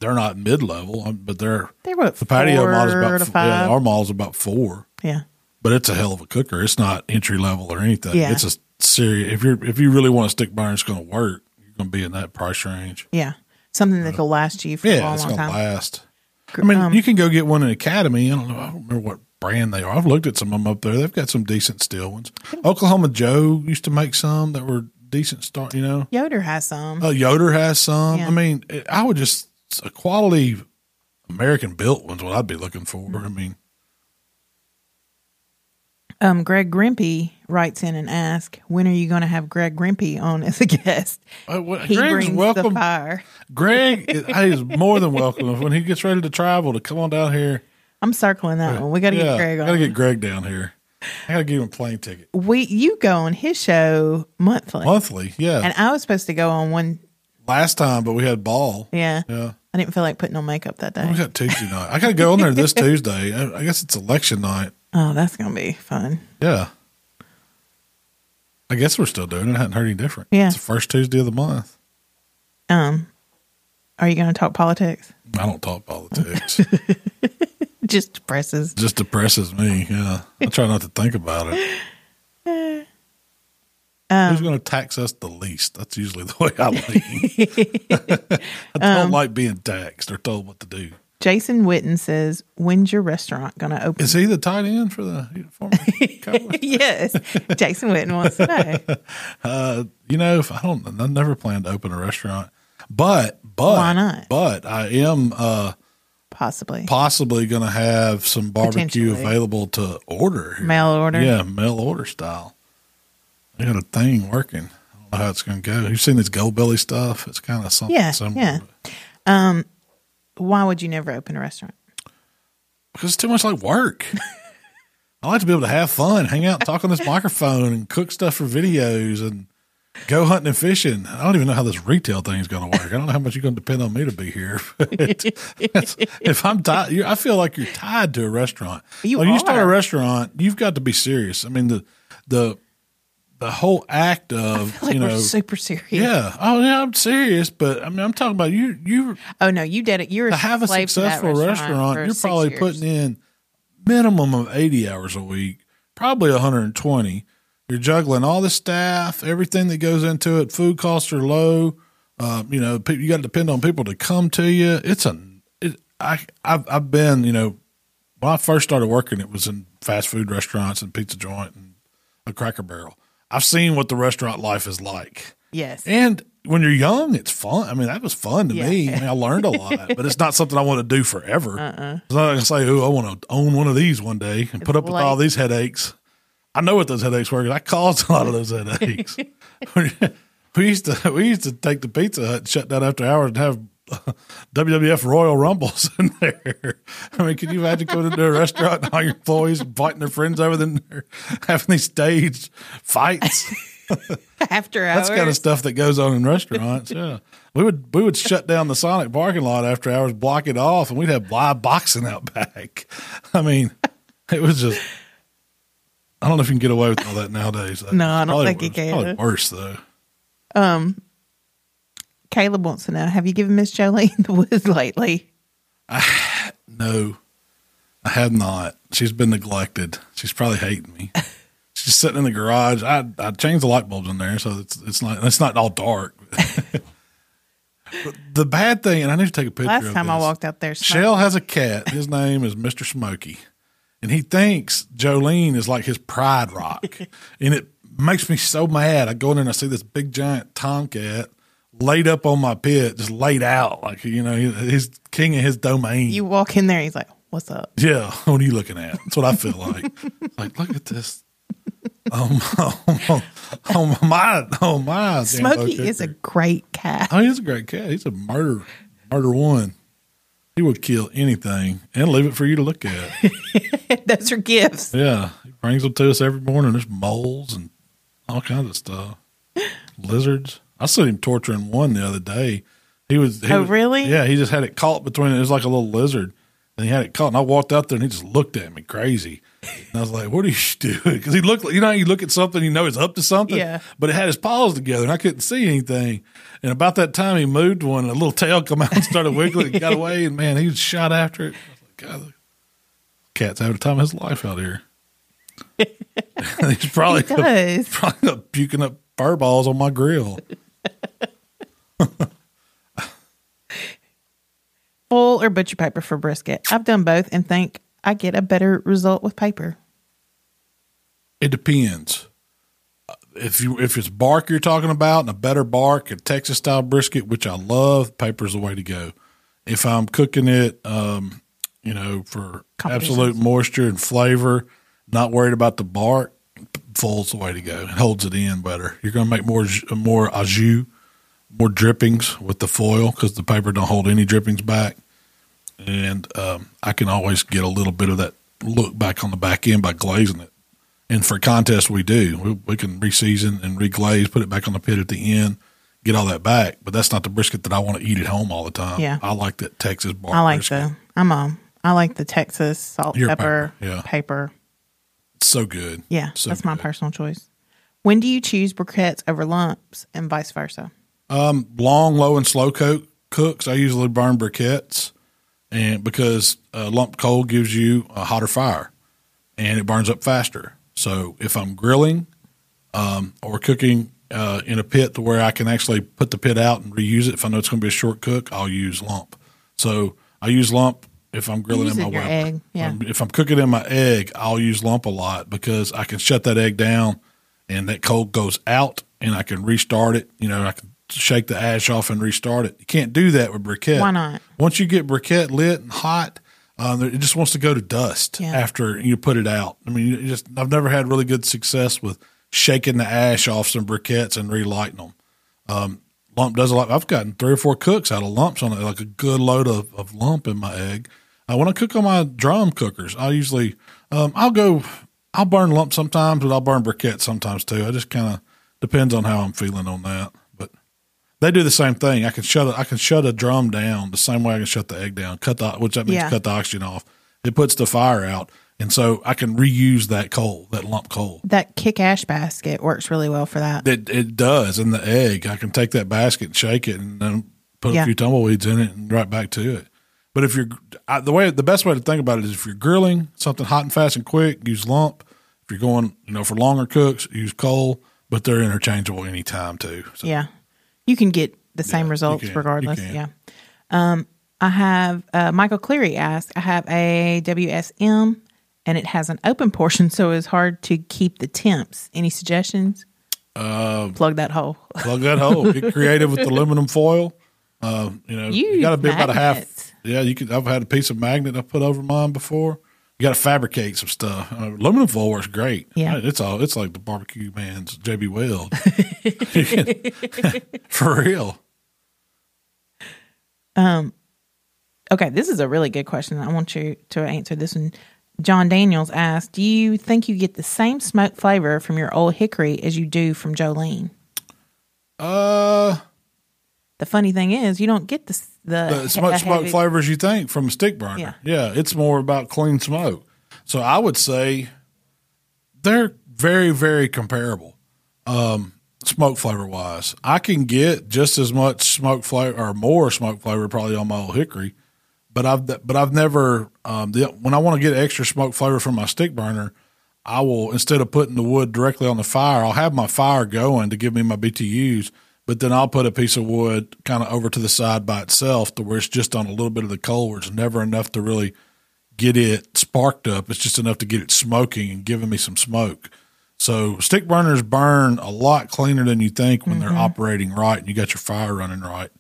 they're not mid level, but they're
They were at
the patio
four
model's about
to
f-
five.
Yeah, our model's about four.
Yeah,
But it's a hell of a cooker. It's not entry level or anything.
Yeah.
It's a serious if you're if you really want a stick burner it's gonna work, you're gonna be in that price range.
yeah, something that'll last you for a
Uh, Yeah,
long,
it's
long
gonna
time.
last. I mean,
Um,
you can go get one in Academy. I don't know. I don't remember what brand they are. I've looked at some of them up there. They've got some decent steel ones. Oklahoma Joe used to make some that were decent. Start, you know.
Yoder has some.
Uh, Yoder has some.
Yeah.
I mean, it, I would just a quality American built one's what I'd be looking for.
Mm-hmm.
I mean,
Um, Greg Grimpy writes in and asks, "When are you going to have Greg Grimpy on as a guest?
uh, what-
He
Greg's
brings
welcome.
the fire."
Greg is, he is more than welcome when he gets ready to travel to come on down here.
I'm circling that one. We got to
Yeah,
get Greg on.
Gotta get Greg down here. I gotta give him a plane ticket
we you go on his show monthly,
monthly. Yeah,
and I was supposed to go on one.
last time, but we had ball.
Yeah,
yeah.
I didn't feel like putting on makeup that
We
day.
got Tuesday night. I got to go on there this Tuesday. I I guess it's election night.
Oh, that's gonna be fun.
Yeah. I guess we're still doing it. I hadn't heard any different.
Yeah.
It's the first Tuesday of the month.
Um, are you gonna talk politics?
I don't talk politics.
Just depresses.
It just depresses me. Yeah. I try not to think about it. Who's
Um,
going to tax us the least? That's usually the way I lean. I
Um,
don't like being taxed or told what to do.
Jason Witten says, "When's your restaurant gonna open?"
Is he the tight end for the former Cowboys?
yes, Jason Witten wants to know.
Uh, you know, if I don't, I never plan to open a restaurant. But but
Why not?
But I am uh,
possibly.
possibly going to have some barbecue
Potentially.
available to order. here.
Mail order.
Yeah, mail order style. They got a thing working. I don't know how it's going to go. You've seen this gold belly stuff. It's kind of something
Yeah,
similar.
yeah. Um,
but-
Why would you never open a restaurant?
Because it's too much like work. I like to be able to have fun, hang out, talk on this microphone, and cook stuff for videos and go hunting and fishing. I don't even know how this retail thing is going to work. I don't know how much you're going to depend on me to be here. But it's- if I'm tied, you- I feel like you're tied to a restaurant.
You
when you start a
are.
restaurant, you've got to be serious. I mean the the the whole act of
Like
you know.
we're super serious.
yeah. Oh yeah, I'm serious, but I mean I'm talking about you you
Oh no, you did it. You're
to have a
slave to that
successful restaurant,
for
you're
six
probably
years.
putting in minimum of 80 hours a week, probably 120. You're juggling all the staff, everything that goes into it. Food costs are low. Uh, you know, pe- you got to depend on people to come to you. It's a, it, I, I've, I've been, you know, when I first started working, it was in fast food restaurants and pizza joint and a cracker barrel. I've seen what the restaurant life is like.
yes.
And when you're young, it's fun. I mean, that was fun to
Yeah.
me. I mean, I learned a lot, but it's not something I want to do forever.
Uh-uh.
It's not like I say, oh, I want to own one of these one day and put up with
like-
all these headaches. I know what those headaches were because I caused a lot of those headaches. we used to we used to take the Pizza Hut and shut down after hours and have WWF Royal Rumbles in there. I mean, can you imagine going into a restaurant and all your employees inviting their friends over then they're having these staged fights?
After hours.
That's kind of stuff that goes on in restaurants. Yeah, we would we would shut down the Sonic parking lot after hours, block it off, and we'd have live boxing out back. I mean, it was just. I don't know if you can get away with all that nowadays. though.
No, I don't
It's probably
think you
wor- it's probably
can.
Worse though.
Caleb wants to know, have you given Miss Jolene the wood lately?
No, I have not. She's been neglected. She's probably hating me. She's just sitting in the garage. I I changed the light bulbs in there, so it's it's not it's not all dark. But the bad thing, and I need to take a picture.
Last
of
time I
this.
walked out there, Smoky-
Shell has a cat. His name is Mr. Smokey. And he thinks Jolene is like his pride rock. and it makes me so mad. I go in there and I see this big giant tomcat laid up on my pit, just laid out. Like, you know, he- he's king of his domain.
you walk in there, he's like, "What's up?"
yeah. What are you looking at? That's what I feel like. like, look at this. Oh my, oh my, oh my.
Smokey is a great cat.
Oh, he's a great cat. He's a murder, murder one. He would kill anything and leave it for you to look at.
Those are gifts.
yeah, he brings them to us every morning. There's moles and all kinds of stuff. Lizards. I saw him torturing one the other day. He was. He
Oh,
was-
really?
Yeah, he just had it caught between. It was like a little lizard, and he had it caught. And I walked out there, and he just looked at me crazy. And I was like, "What are you doing?" Because he looked, like- you know, how you look at something, you know, he's up to something.
Yeah.
But it had his paws together, and I couldn't see anything. And about that time, he moved one, and a little tail come out and started wiggling. and got away, and man, he was shot after it. I was like, God, the cat's having the time of his life out here. he's probably
He does.
probably not puking up fireballs on my grill.
Full or butcher paper for brisket. I've done both and think I get a better result with paper.
It depends. Uh, If you if it's bark you're talking about and a better bark, a Texas style brisket, which I love, paper's the way to go. If I'm cooking it, um, you know, for
Competitions.
absolute moisture and flavor, not worried about the bark, full's the way to go. It holds it in better. You're going to make more ju- more au jus, more drippings with the foil because the paper don't hold any drippings back. And um, I can always get a little bit of that look back on the back end by glazing it. And for contests, we do. We, we can reseason and reglaze, put it back on the pit at the end, get all that back. But that's not the brisket that I want to eat at home all the time.
Yeah.
I like that Texas bark.
I like
brisket.
the. I'm a. I like the Texas salt
Your
pepper
paper, yeah.
paper.
It's so good.
Yeah,
so
that's my
good.
personal choice. When do you choose briquettes over lumps and vice versa?
Um, long, low, and slow cook cooks. I usually burn briquettes, and because uh, lump coal gives you a hotter fire, and it burns up faster. So if I'm grilling um, or cooking uh, in a pit to where I can actually put the pit out and reuse it, if I know it's going to be a short cook, I'll use lump. So I use lump if I'm grilling
use
in
it
my
in your
Weber.
egg, yeah.
Um, If I'm cooking in my egg, I'll use lump a lot because I can shut that egg down and that cold goes out and I can restart it. You know, I can shake the ash off and restart it. You can't do that with briquette.
Why not?
Once you get briquette lit and hot, um, it just wants to go to dust
Yeah.
after you put it out. I mean, you just I've never had really good success with shaking the ash off some briquettes and relighting them. Um, lump does a lot. I've gotten three or four cooks out of lumps on it, like a good load of, of lump in my egg. Uh, when I cook on my drum cookers, I usually um, I'll go I'll burn lump sometimes, but I'll burn briquette sometimes too. I just kind of depends on how I'm feeling on that, but they do the same thing. I can shut a, I can shut a drum down the same way I can shut the egg down. Cut the which that means
Yeah.
cut the oxygen off. It puts the fire out, and so I can reuse that coal, that lump coal.
That kick ash basket works really well for that.
It it does in the egg. I can take that basket and shake it, and then put a
Yeah.
few tumbleweeds in it, and right back to it. But if you're I, the way the best way to think about it is if you're grilling something hot and fast and quick, use lump. If you're going you know for longer cooks, use coal. But they're interchangeable anytime too. So
Yeah. You can get the same results
can. You
regardless.
can.
Yeah. Um, I have uh, Michael Cleary asked, I have a WSM and it has an open portion, so it's hard to keep the temps. Any suggestions?
Um,
Plug that hole.
plug that hole. Get creative with aluminum foil. Uh, you know, you,
Use
got to be about a
magnets.
half. Yeah, you could. I've had a piece of magnet I put over mine before. You got to fabricate some stuff. Uh, aluminum foil works great.
Yeah.
it's all. It's like the barbecue man's JB Weld. For real.
Okay, this is a really good question. I want you to answer this one. John Daniels asked, Do you think you get the same smoke flavor from your old hickory as you do from Jolene?
Uh,
The funny thing is, you don't get the s- the,
the smoke,
he-
smoke
heavy-
flavors you think from a stick burner.
Yeah.
Yeah. it's more about clean smoke. So I would say they're very, very comparable, um, smoke flavor wise. I can get just as much smoke flavor or more smoke flavor probably on my old hickory, but I've but I've never um, the, when I want to get extra smoke flavor from my stick burner. I will instead of putting the wood directly on the fire, I'll have my fire going to give me my BTUs, but then I'll put a piece of wood kind of over to the side by itself to where it's just on a little bit of the coal where it's never enough to really get it sparked up. It's just enough to get it smoking and giving me some smoke. So stick burners burn a lot cleaner than you think when
Mm-hmm.
they're operating right and you got your fire running right.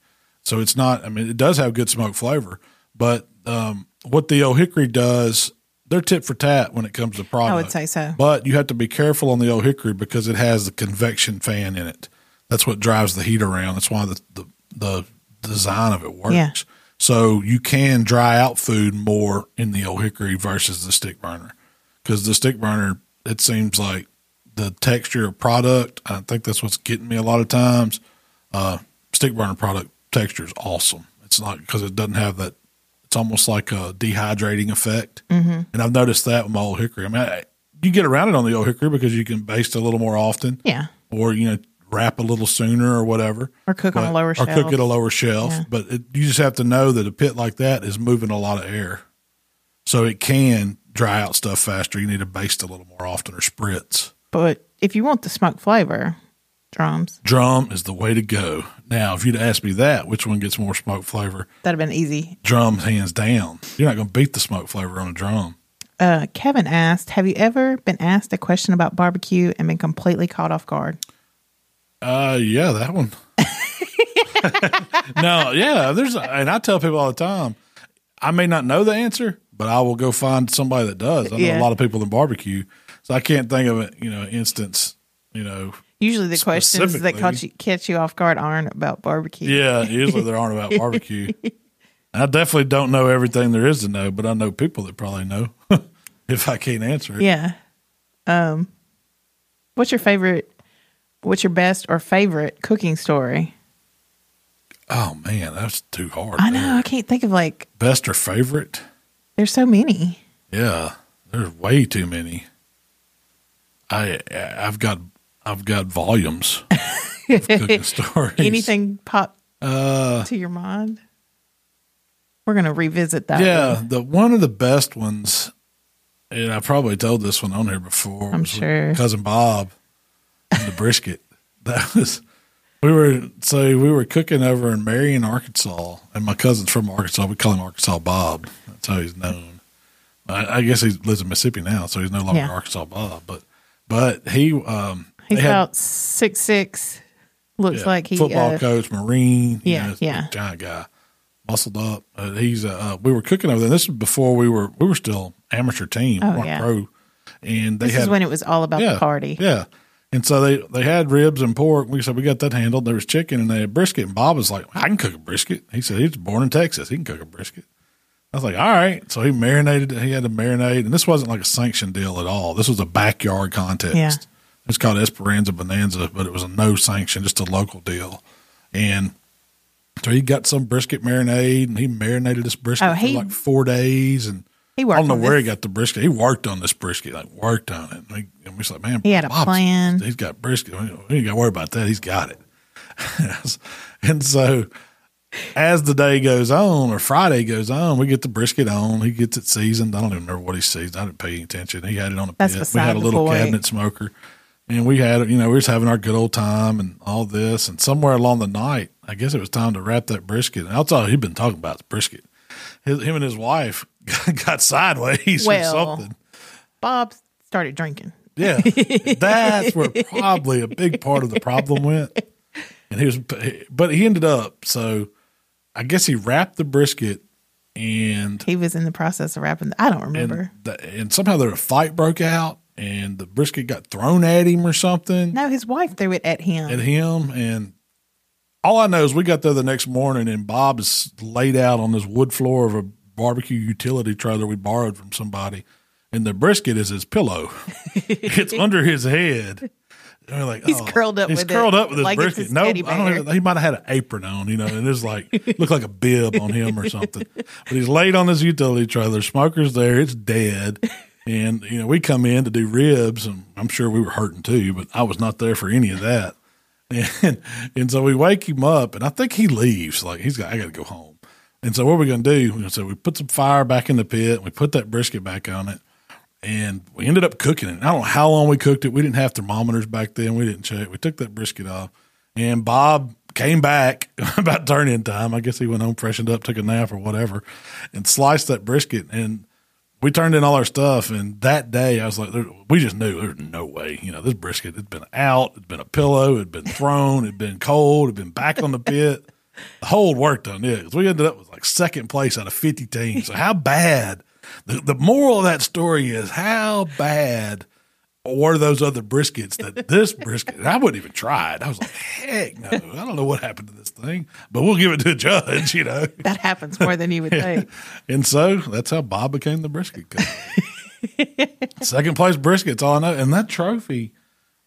So it's not. I mean, it does have good smoke flavor, but um, what the old hickory does, they're tit for tat when it comes to product.
say so.
But you have to be careful on the old hickory because it has the convection fan in it. That's what drives the heat around. That's why the the, the design of it works.
Yeah.
So you can dry out food more in the old hickory versus the stick burner because the stick burner it seems like the texture of product. I think that's what's getting me a lot of times. Uh, stick burner product texture is awesome. It's not because it doesn't have that. It's almost like a dehydrating effect, mm-hmm. and I've noticed that with my old hickory. I mean, I, you get around it on the old hickory because you can baste a little more often,
Yeah.
or you know, wrap a little sooner or whatever
Or cook on a
but-
lower shelf.
Or cook at a lower shelf.
Yeah.
But it, you just have to know that a pit like that is moving a lot of air. So it can dry out stuff faster. You need to baste a little more often or spritz.
But if you want the smoke flavor, drums,
Drum is the way to go. Now, if you'd asked me that, which one gets more smoke flavor?
that'd have been easy.
Drum, hands down. You're not going to beat the smoke flavor on a drum.
Uh, Kevin asked, Have you ever been asked a question about barbecue and been completely caught off guard?
Uh, yeah, that one. no, yeah, there's, and I tell people all the time, I may not know the answer, but I will go find somebody that does. I know
Yeah.
a lot of people in barbecue, so I can't think of a you know instance. You know,
Usually the questions that catch you, catch you off guard aren't about barbecue.
yeah, usually there aren't about barbecue. I definitely don't know everything there is to know, but I know people that probably know if I can't answer it.
Yeah. Um, what's your favorite? What's your best or favorite cooking story?
Oh man, that's too hard.
I
there.
know I can't think of like
Best or favorite?
there's so many.
Yeah, there's way too many. I I've got I've got volumes of cooking stories.
Anything pop
Uh,
to your mind? We're gonna revisit that. one.
yeah, the one of the best ones, and I probably told this one on here before.
I'm
was with
sure.
cousin Bob and the brisket. that was we were so we were cooking over in Marion, Arkansas, and my cousin's from Arkansas. We call him Arkansas Bob. That's how he's known. I, I guess he lives in Mississippi now, so he's no longer
Yeah.
Arkansas Bob. But but he um
he's
they had-
about six six. Looks like he
football
uh,
coach, Marine. you
yeah,
know,
yeah.
giant guy, muscled up. Uh, he's uh, uh, we were cooking over there. This was before we were we were still amateur team,
Oh,
weren't
yeah.
pro, and they
This
had
is when it was all about
yeah,
the party.
Yeah. And so they, they had ribs and pork. We said, we got that handled. There was chicken and they had brisket. And Bob was like, I can cook a brisket. He said, he was born in Texas. He can cook a brisket. I was like, all right. So he marinated. He had to marinate. And this wasn't like a sanctioned deal at all. This was a backyard contest.
Yeah.
It was called Esperanza Bonanza, but it was a no sanction, just a local deal. And so he got some brisket marinade and he marinated this brisket
Oh, he-
for like four days. And
He worked
I don't know
on
where he
this.
got the brisket. He worked on this brisket, like worked on it. Like, and we was like, man,
He had a plan.
He's got brisket. We we ain't got to worry about that. He's got it. and so, as the day goes on, or Friday goes on, we get the brisket on. He gets it seasoned. I don't even remember what he seasoned. I didn't pay any attention. He had it on a
That's
pit. We
beside
had a
the
little
point.
cabinet smoker, and we had you know we was having our good old time and all this. And somewhere along the night, I guess it was time to wrap that brisket. And that's all he'd been talking about is brisket. His, him and his wife got sideways or
Well.
something.
Bob started drinking.
Yeah, that's where probably a big part of the problem went. And he was, but he ended up. So I guess he wrapped the brisket, and
He was in the process of wrapping. The, I don't remember.
and, the, and somehow there a fight broke out, and the brisket got thrown at him or something
no, his wife threw it at him.
at him. And all I know is we got there the next morning, and Bob is laid out on this wood floor of a barbecue utility trailer we borrowed from somebody, and the brisket is his pillow. it's under his head. And we're like,
He's
oh,
curled up
He's
with it,
curled up with his
like it's
brisket.
his
No, I
teddy
don't.
bear.
Even, he might have had an apron on, you know, and it's like looked like a bib on him or something. But he's laid on this utility trailer. Smoker's there. It's dead. And you know, we come in to do ribs, and I'm sure we were hurting too, but I was not there for any of that. And and so we wake him up, and I think he leaves. Like he's got, I got to go home. And so what are we going to do? We- So we put some fire back in the pit. And we put that brisket back on it, and we ended up cooking it. And I don't know how long we cooked it. We didn't have thermometers back then. We didn't check. We took that brisket off, and Bob came back about turn in time. I guess he went home, freshened up, took a nap or whatever, and sliced that brisket and we turned in all our stuff, and that day I was like, there, we just knew there's no way. You know, this brisket had been out, it'd been a pillow, it'd been thrown, it'd been cold, it'd been back on the pit. The whole worked on it 'cause we ended up with like second place out of 50 teams. So, how bad? The, the moral of that story is how bad were those other briskets that this brisket, and I wouldn't even try it. I was like, heck no, I don't know what happened to this thing, but we'll give it to a judge, you know.
that happens more than you would think.
And so that's how Bob became the brisket cook. Second place brisket's all I know. And that trophy,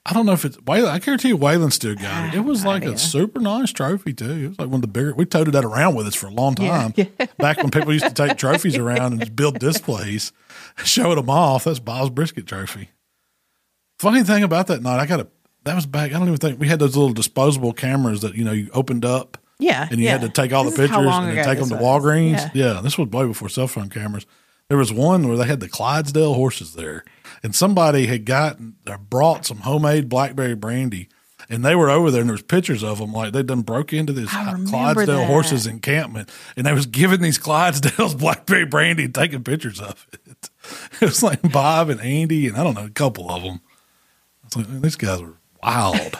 I don't know if it's Waylon. I guarantee you Waylon still got it. It was like a super nice trophy too. It was like one of the bigger. We toted that around with us for a long
Yeah,
time. Back when people used to take trophies around and just build displays, showing them off. That's Bob's brisket trophy. Funny thing about that night, I got a. That was back. I don't even think we had those little disposable cameras that you know you opened up.
Yeah,
And you had
yeah.
to take all
This
the
is how
pictures
long
and then
ago
take them
this
to
was.
Walgreens.
Yeah.
Yeah, this was way before cell phone cameras. There was one where they had the Clydesdale horses there, and somebody had gotten or brought some homemade blackberry brandy, and they were over there, and there was pictures of them like they done broke into this
I remember
Clydesdale
that.
horses encampment, and they was giving these Clydesdales blackberry brandy and taking pictures of it. It was like Bob and Andy and I don't know a couple of them. I was like, "Man, these guys were wild.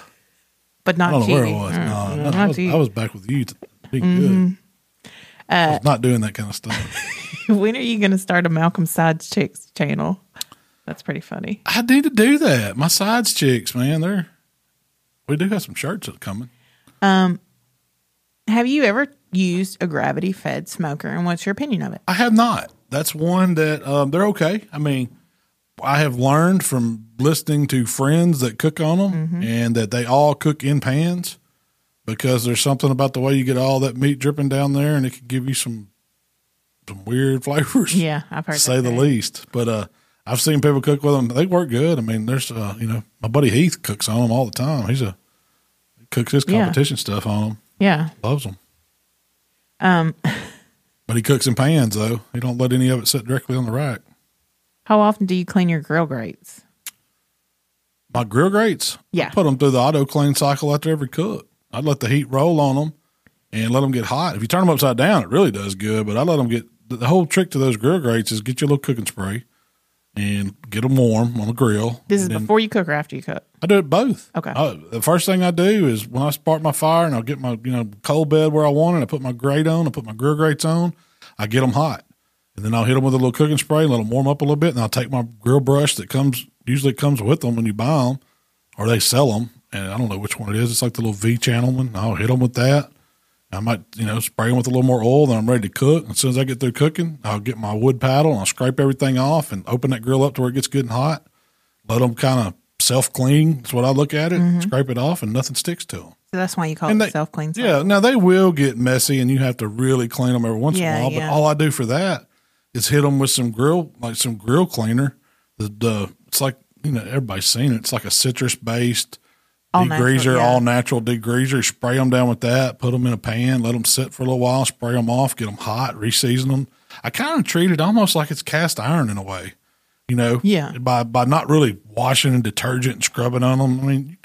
But
I don't
not
know
cheating.
where I was.
Mm,
No,
mm,
no, I,
not
was
you.
I was back with you. To be good. I was not doing that kind of stuff.
when are you going to start a Malcolm Sides Chicks channel? That's pretty funny.
I need to do that. My sides chicks, man, they're. We do have some shirts that are coming.
Have you ever used a gravity fed smoker and what's your opinion of it?
I have not. That's one that um, they're okay. I mean, I have learned from listening to friends that cook on them and that they all cook in pans because there's something about the way you get all that meat dripping down there and it could give you some some weird flavors.
Yeah, I've heard
to say
that
the
too.
least. But uh, I've seen people cook with them. They work good. I mean, there's uh, you know, my buddy Heath cooks on them all the time. He's a he cooks his
Yeah.
competition stuff on them.
Yeah. Um,
Loves them. Um, but he cooks in pans though. He don't let any of it sit directly on the rack.
How often do you clean your grill grates?
My grill grates,
Yeah.
I put them through the auto clean cycle after every cook. I'd let the heat roll on them and let them get hot. If you turn them upside down, it really does good. But I let them get the- the whole trick to those grill grates is get your little cooking spray and get them warm on a grill.
This is
And then
before you cook or after you cook.
I do it both.
Okay.
I, the first thing I do is when I spark my fire and I'll get my you know coal bed where I want it. I put my grate on. I put my grill grates on. I get them hot, and then I'll hit them with a little cooking spray and let them warm up a little bit. And I'll take my grill brush that comes usually comes with them when you buy them or they sell them. And I don't know which one it is. It's like the little V channel one. I'll hit them with that. I might, you know, spray them with a little more oil. Then I'm ready to cook. As soon as I get through cooking, I'll get my wood paddle and I'll scrape everything off and open that grill up to where it gets good and hot. Let them kind of self clean. That's what I look at it. Scrape it off and nothing sticks to them.
So that's why you call
And
it
they-
self clean.
Yeah. Now they will get messy and you have to really clean them every once in
Yeah,
a while. But
yeah.
all I do for that is hit them with some grill, like some grill cleaner. The, the it's like, you know, everybody's seen it. It's like a citrus based
All natural,
degreaser,
yeah.
all natural degreaser. Spray them down with that. Put them in a pan. Let them sit for a little while. Spray them off. Get them hot. Reseason them. I kind of treat it almost like it's cast iron in a way. You know,
Yeah.
By by not really washing and detergent and scrubbing on them. I mean,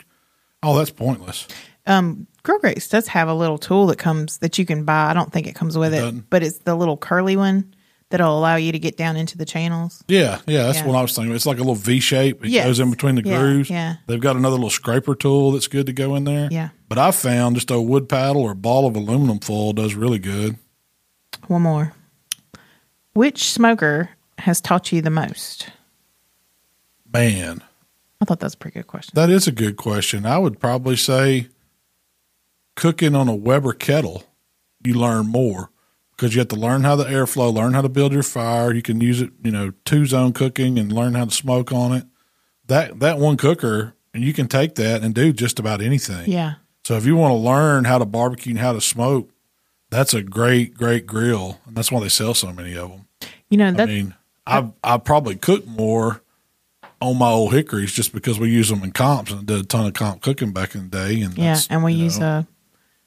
oh, that's pointless.
Um, Grill Grates does have a little tool that comes that you can buy. I don't think it comes with it,
doesn't?
but it's the little curly one that'll allow you to get down into the channels.
Yeah, yeah, that's
Yeah.
what I was thinking. It's like a little V shape. It
Yes.
goes in between the
Yeah,
grooves.
yeah.
They've got another little scraper tool that's good to go in there.
Yeah.
But I found just a wood paddle or ball of aluminum foil does really good.
One more. Which smoker has taught you the most?
Man,
I thought that was a pretty good question.
That is a good question. I would probably say cooking on a Weber kettle, you learn more because you have to learn how the airflow, learn how to build your fire. You can use it, you know, two zone cooking and learn how to smoke on it. That that one cooker, and you can take that and do just about anything.
Yeah.
So if you want to learn how to barbecue and how to smoke, that's a great great grill, and that's why they sell so many of them.
You know,
I
that
mean, I I probably cook more on my old hickories just because we use them in comps and did a ton of comp cooking back in the day. And
yeah,
that's,
and we
you
use
know,
uh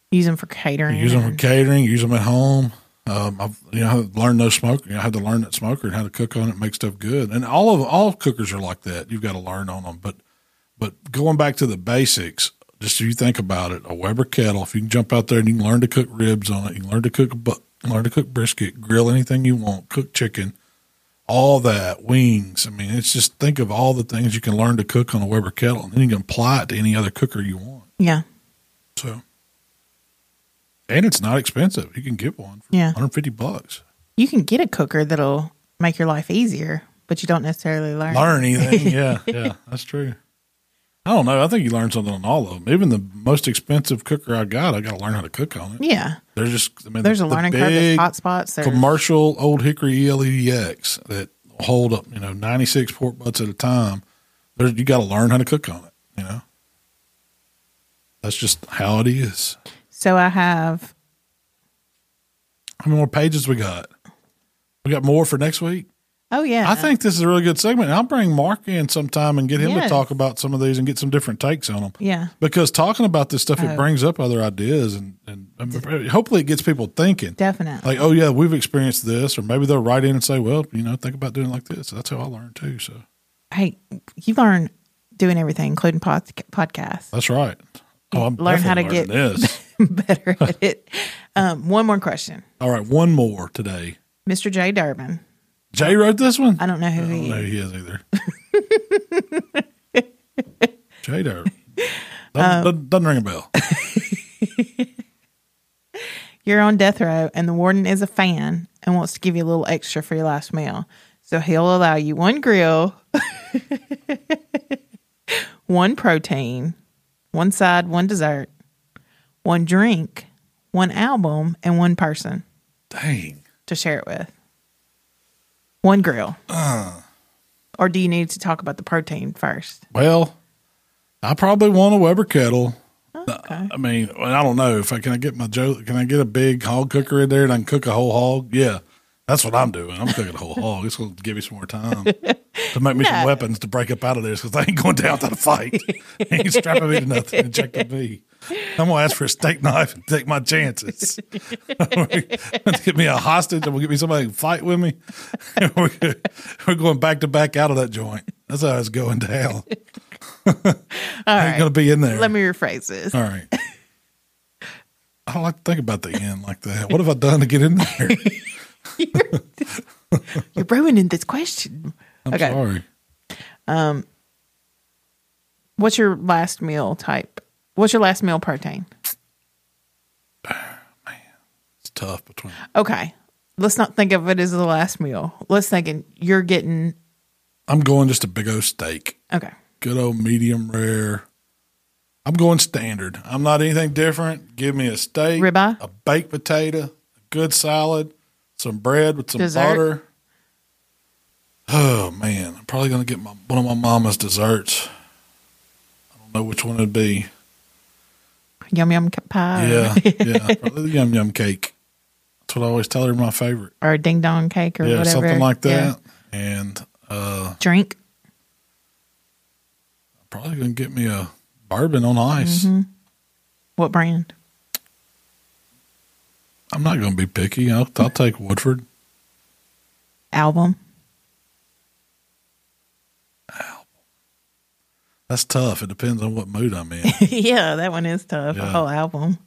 use them for catering.
use them for
and-
catering, use them at home. Um, I've you know I've learned those smoke. You know, I had to learn that smoker and how to cook on it, make stuff good. And all of all cookers are like that. You've got to learn on them. But but going back to the basics, just so you think about it, a Weber kettle. If you can jump out there and you can learn to cook ribs on it, you can learn to cook bu- learn to cook brisket, grill anything you want, cook chicken, all that wings. I mean, it's just think of all the things you can learn to cook on a Weber kettle, and then you can apply it to any other cooker you want.
Yeah.
So, and it's not expensive. You can get one for
Yeah.
150 bucks.
You can get a cooker that'll make your life easier, but you don't necessarily learn.
Learn anything? Yeah, yeah, that's true. I don't know. I think you learn something on all of them. Even the most expensive cooker I got, I got to learn how to cook on it.
Yeah.
There's just I mean,
There's a
the
learning curve. There's
big
hot spots. There's,
commercial old hickory E ELEDX that hold up, you know, 96 pork butts at a time. There's, you got to learn how to cook on it. You know, that's just how it is.
so I have
How many more pages we got? We got more for next week.
oh yeah.
I think this is a really good segment. I'll bring Mark in sometime and get him to
Yes.
talk about some of these and get some different takes on them.
Yeah.
Because talking about this stuff, it
Oh.
brings up other ideas and, and, and hopefully it gets people thinking.
Definitely.
Like, oh, yeah, we've experienced this. Or maybe they'll write in and say, well, you know, think about doing like this. That's how I learned too. So
hey, you learn doing everything, including pod- podcasts.
that's right. Oh, I'm
Learn how
definitely
to
learning this.
Better at it. Um, one more question.
All right, one more today.
Mr. J. Durbin.
Jay wrote this one?
I don't know who
I don't
he
know
is.
who he is either. Jay Dirt. Doesn't,
Um,
doesn't- doesn't ring a bell.
You're on death row, and the warden is a fan and wants to give you a little extra for your last meal. So he'll allow you one grill, one protein, one side, one dessert, one drink, one album, and one person
Dang.
to share it with. One grill. Or do you need to talk about the protein first?
Well, I probably want a Weber kettle.
Okay.
I mean, well, I don't know if I can I get my Joe. Can I get a big hog cooker in there and I can cook a whole hog? Yeah, that's what I'm doing. I'm cooking a whole hog. It's going to give me some more time to make me some weapons to break up out of this because I ain't going down without a fight. ain't strapping me to nothing, injecting me. I'm going to ask for a steak knife and take my chances. get me a hostage and we'll get me somebody who can fight with me. we're, we're going back to back out of that joint. That's how it's going down. I ain't
right.
going to be in there.
Let me rephrase this.
All right. I don't like to think about the end like that. What have I done to get in there?
You're ruining this question.
I'm
Okay.
sorry.
What's your last meal type? What's your last meal protein?
It's tough between.
Okay. Let's not think of it as the last meal. Let's think in- you're getting
I'm going just a big old steak,
okay.
good old medium rare. I'm going standard. I'm not anything different. Give me a steak,
Ribeye?
a baked potato, a good salad, some bread with some
Dessert?
butter. Oh man, I'm probably gonna get my one of my mama's desserts. I don't know which one it'd be.
Yum yum ca- pie or-
Yeah, yeah, probably the yum yum cake. That's what I always tell her. My favorite.
or, ding dong cake or
yeah,
whatever.
something like
Yeah.
that. And uh,
Drink.
probably gonna get me a bourbon on ice.
Mm-hmm. What brand?
I'm not gonna be picky. I'll, I'll take Woodford.
Album.
That's tough. It depends on what mood I'm in.
yeah, that one is tough.
Yeah.
A whole album.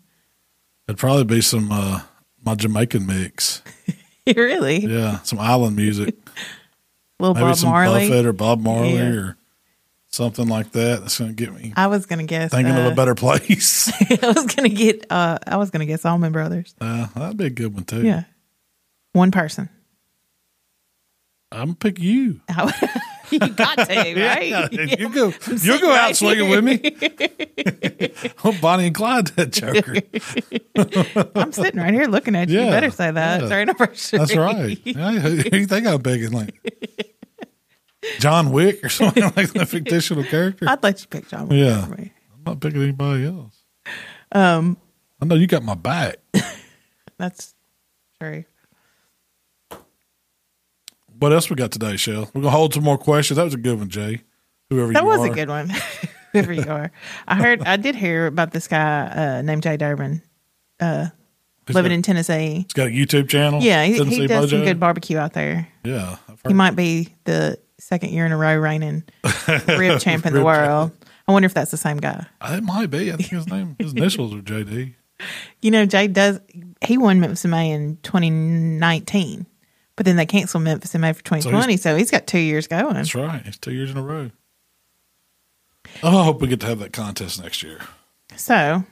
It'd probably be some uh, my Jamaican mix.
really?
Yeah, some island music.
Little
Maybe
Bob
some
Marley.
Buffett or Bob Marley
Yeah.
or something like that. That's gonna get me
I was gonna guess.
thinking of
uh,
a better place.
I was gonna get. Uh, I was gonna guess Allman Brothers.
uh, that'd be a good one too.
Yeah, one person.
I'm gonna pick you.
you got to right.
You go. You
sitting
go out
right
swinging with me. oh, Bonnie and Clyde, that joker.
I'm sitting right here looking at you.
Yeah,
you better say that.
yeah.
It's our anniversary.
That's right. Yeah, who, who you think I'm picking? Like John Wick or something like that fictional character.
I'd let you pick John. Wick
Yeah.
for me.
I'm not picking anybody else. Um, I know you got my back.
that's true.
What else we got today, Shell? We're gonna hold some more questions. That was a good one, Jay. Whoever
That
you
was
are.
a good one. Whoever you are, I heard. I did hear about this guy uh, named Jay Durbin,
He's
living
got-
in Tennessee.
He's got a YouTube channel.
Yeah, he,
Tennessee
he does some
Mojo.
good barbecue out there.
Yeah, I've
He
heard.
might be the second year in a row reigning rib champ in the world. I wonder if that's the same guy.
it might be. I think his name, his initials are JD.
You know, Jay does. He won Memphis in May in 2019, but then they canceled Memphis in May for 2020. So he's, got two years going.
That's right. It's two years in a row. Oh, I hope we get to have that contest next year.
So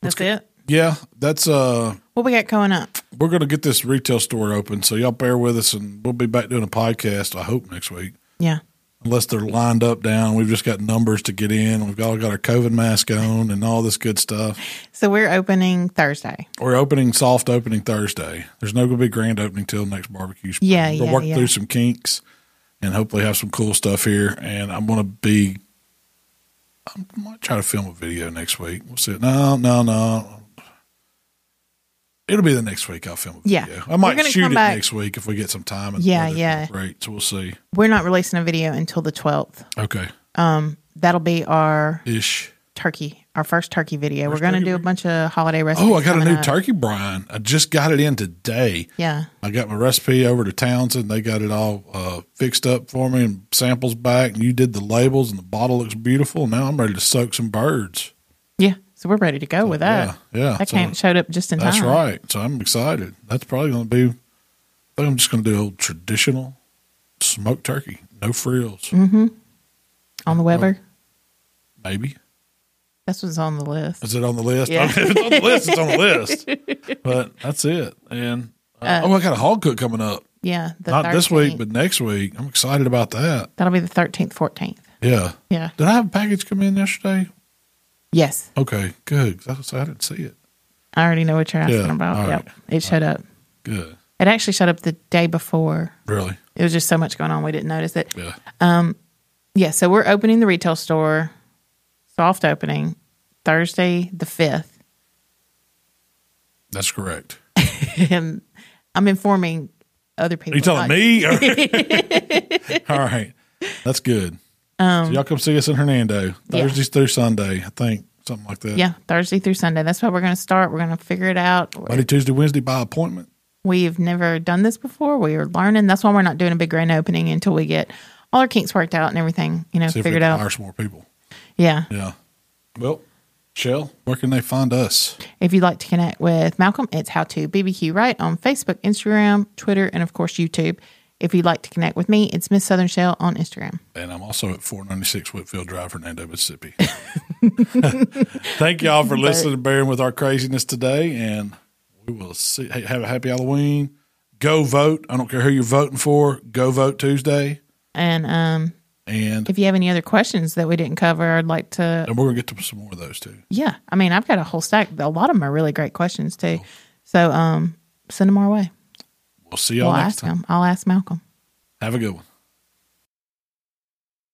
that's it.
Yeah, that's uh,
What we got going up?
we're gonna get this retail store open. So y'all bear with us, and we'll be back doing a podcast. I hope next week.
Yeah,
unless they're lined up down. We've just got numbers to get in. We've all got our COVID mask on and all this good stuff.
so we're opening Thursday.
We're opening soft opening Thursday. There's no going to be grand opening till next barbecue. Spring.
Yeah,
We'll
yeah,
work
yeah.
through some kinks and hopefully have some cool stuff here. And I'm going to be. I'm- I might try to film a video next week. We'll see. No, no, no. It'll be the next week. I'll film a
Yeah.
video. I might
We're gonna
shoot
come
it
back-
next week if we get some time. And the
Yeah,
weather's not
yeah.
Great. So we'll see.
We're not releasing a video until the 12th.
Okay.
That'll be our
Ish.
turkey, our first turkey video. we're going
turkey
to do a
video?
bunch of holiday recipes.
Oh, I got a
coming
new
up.
turkey brine. I just got it in today.
Yeah,
I got my recipe over to Townsend. They got it all uh, fixed up for me and samples back. And you did the labels, and the bottle looks beautiful. Now I'm ready to soak some birds.
yeah. So we're ready to go with that.
yeah, yeah.
that
So-
came showed up just in
That's
time.
right. So I'm excited. That's probably going to be. I think I'm just going to do old traditional smoked turkey, no frills,
Mm. on the Weber.
maybe.
That's what's on the list.
Is it on the list?
Yeah.
if it's on the list. It's on the list. But that's it. And uh, oh, I got a hog cook coming up.
Yeah, the
Not this
13th.
week, but next week. I'm excited about that.
that'll be the thirteenth, fourteenth.
Yeah.
Yeah.
Did I have a package come in yesterday?
Yes,
Okay, good. 'Cause I, was- I didn't see it.
I already know what you're asking
Yeah, all
about.
right.
Yep, it showed up.
Good.
It actually showed up the day before.
Really?
It was just so much going on, we didn't notice it.
Yeah.
Yeah, so we're opening the retail store, soft opening, Thursday the fifth,
That's correct.
and I'm informing other people.
Are you telling
not-
me? Or- All right. That's good.
Um,
so y'all come see us in Hernando Thursdays through Sunday, I think, something like that.
Yeah, Thursday through Sunday. That's why we're going to start. We're going to figure it out.
Monday, Tuesday, Wednesday by appointment.
We've never done this before. We are learning. That's why we're not doing a big grand opening until we get all our kinks worked out and everything, you know,
See if we
figured
can
out.
hire some more people.
Yeah.
Yeah. Well, Shell, where can they find us?
If you'd like to connect with Malcolm, it's how to BBQ right on Facebook, Instagram, Twitter, and of course YouTube. If you'd like to connect with me, it's Miss Southern Shell on Instagram.
And I'm also at 496 Whitfield Drive, Fernando, Mississippi. Thank y'all for listening and bearing with our craziness today. And we will see. Hey, have a happy Halloween. Go vote. I don't care who you're voting for. Go vote Tuesday.
And um,
And,
if you have any other questions that we didn't cover, I'd like to
and we're going to get to some more of those too.
Yeah, I mean, I've got a whole stack. A lot of them are really great questions too. So, um, send them our way.
We'll Oh. see y'all
We'll
next
ask
time.
them. I'll ask Malcolm.
Have a good one.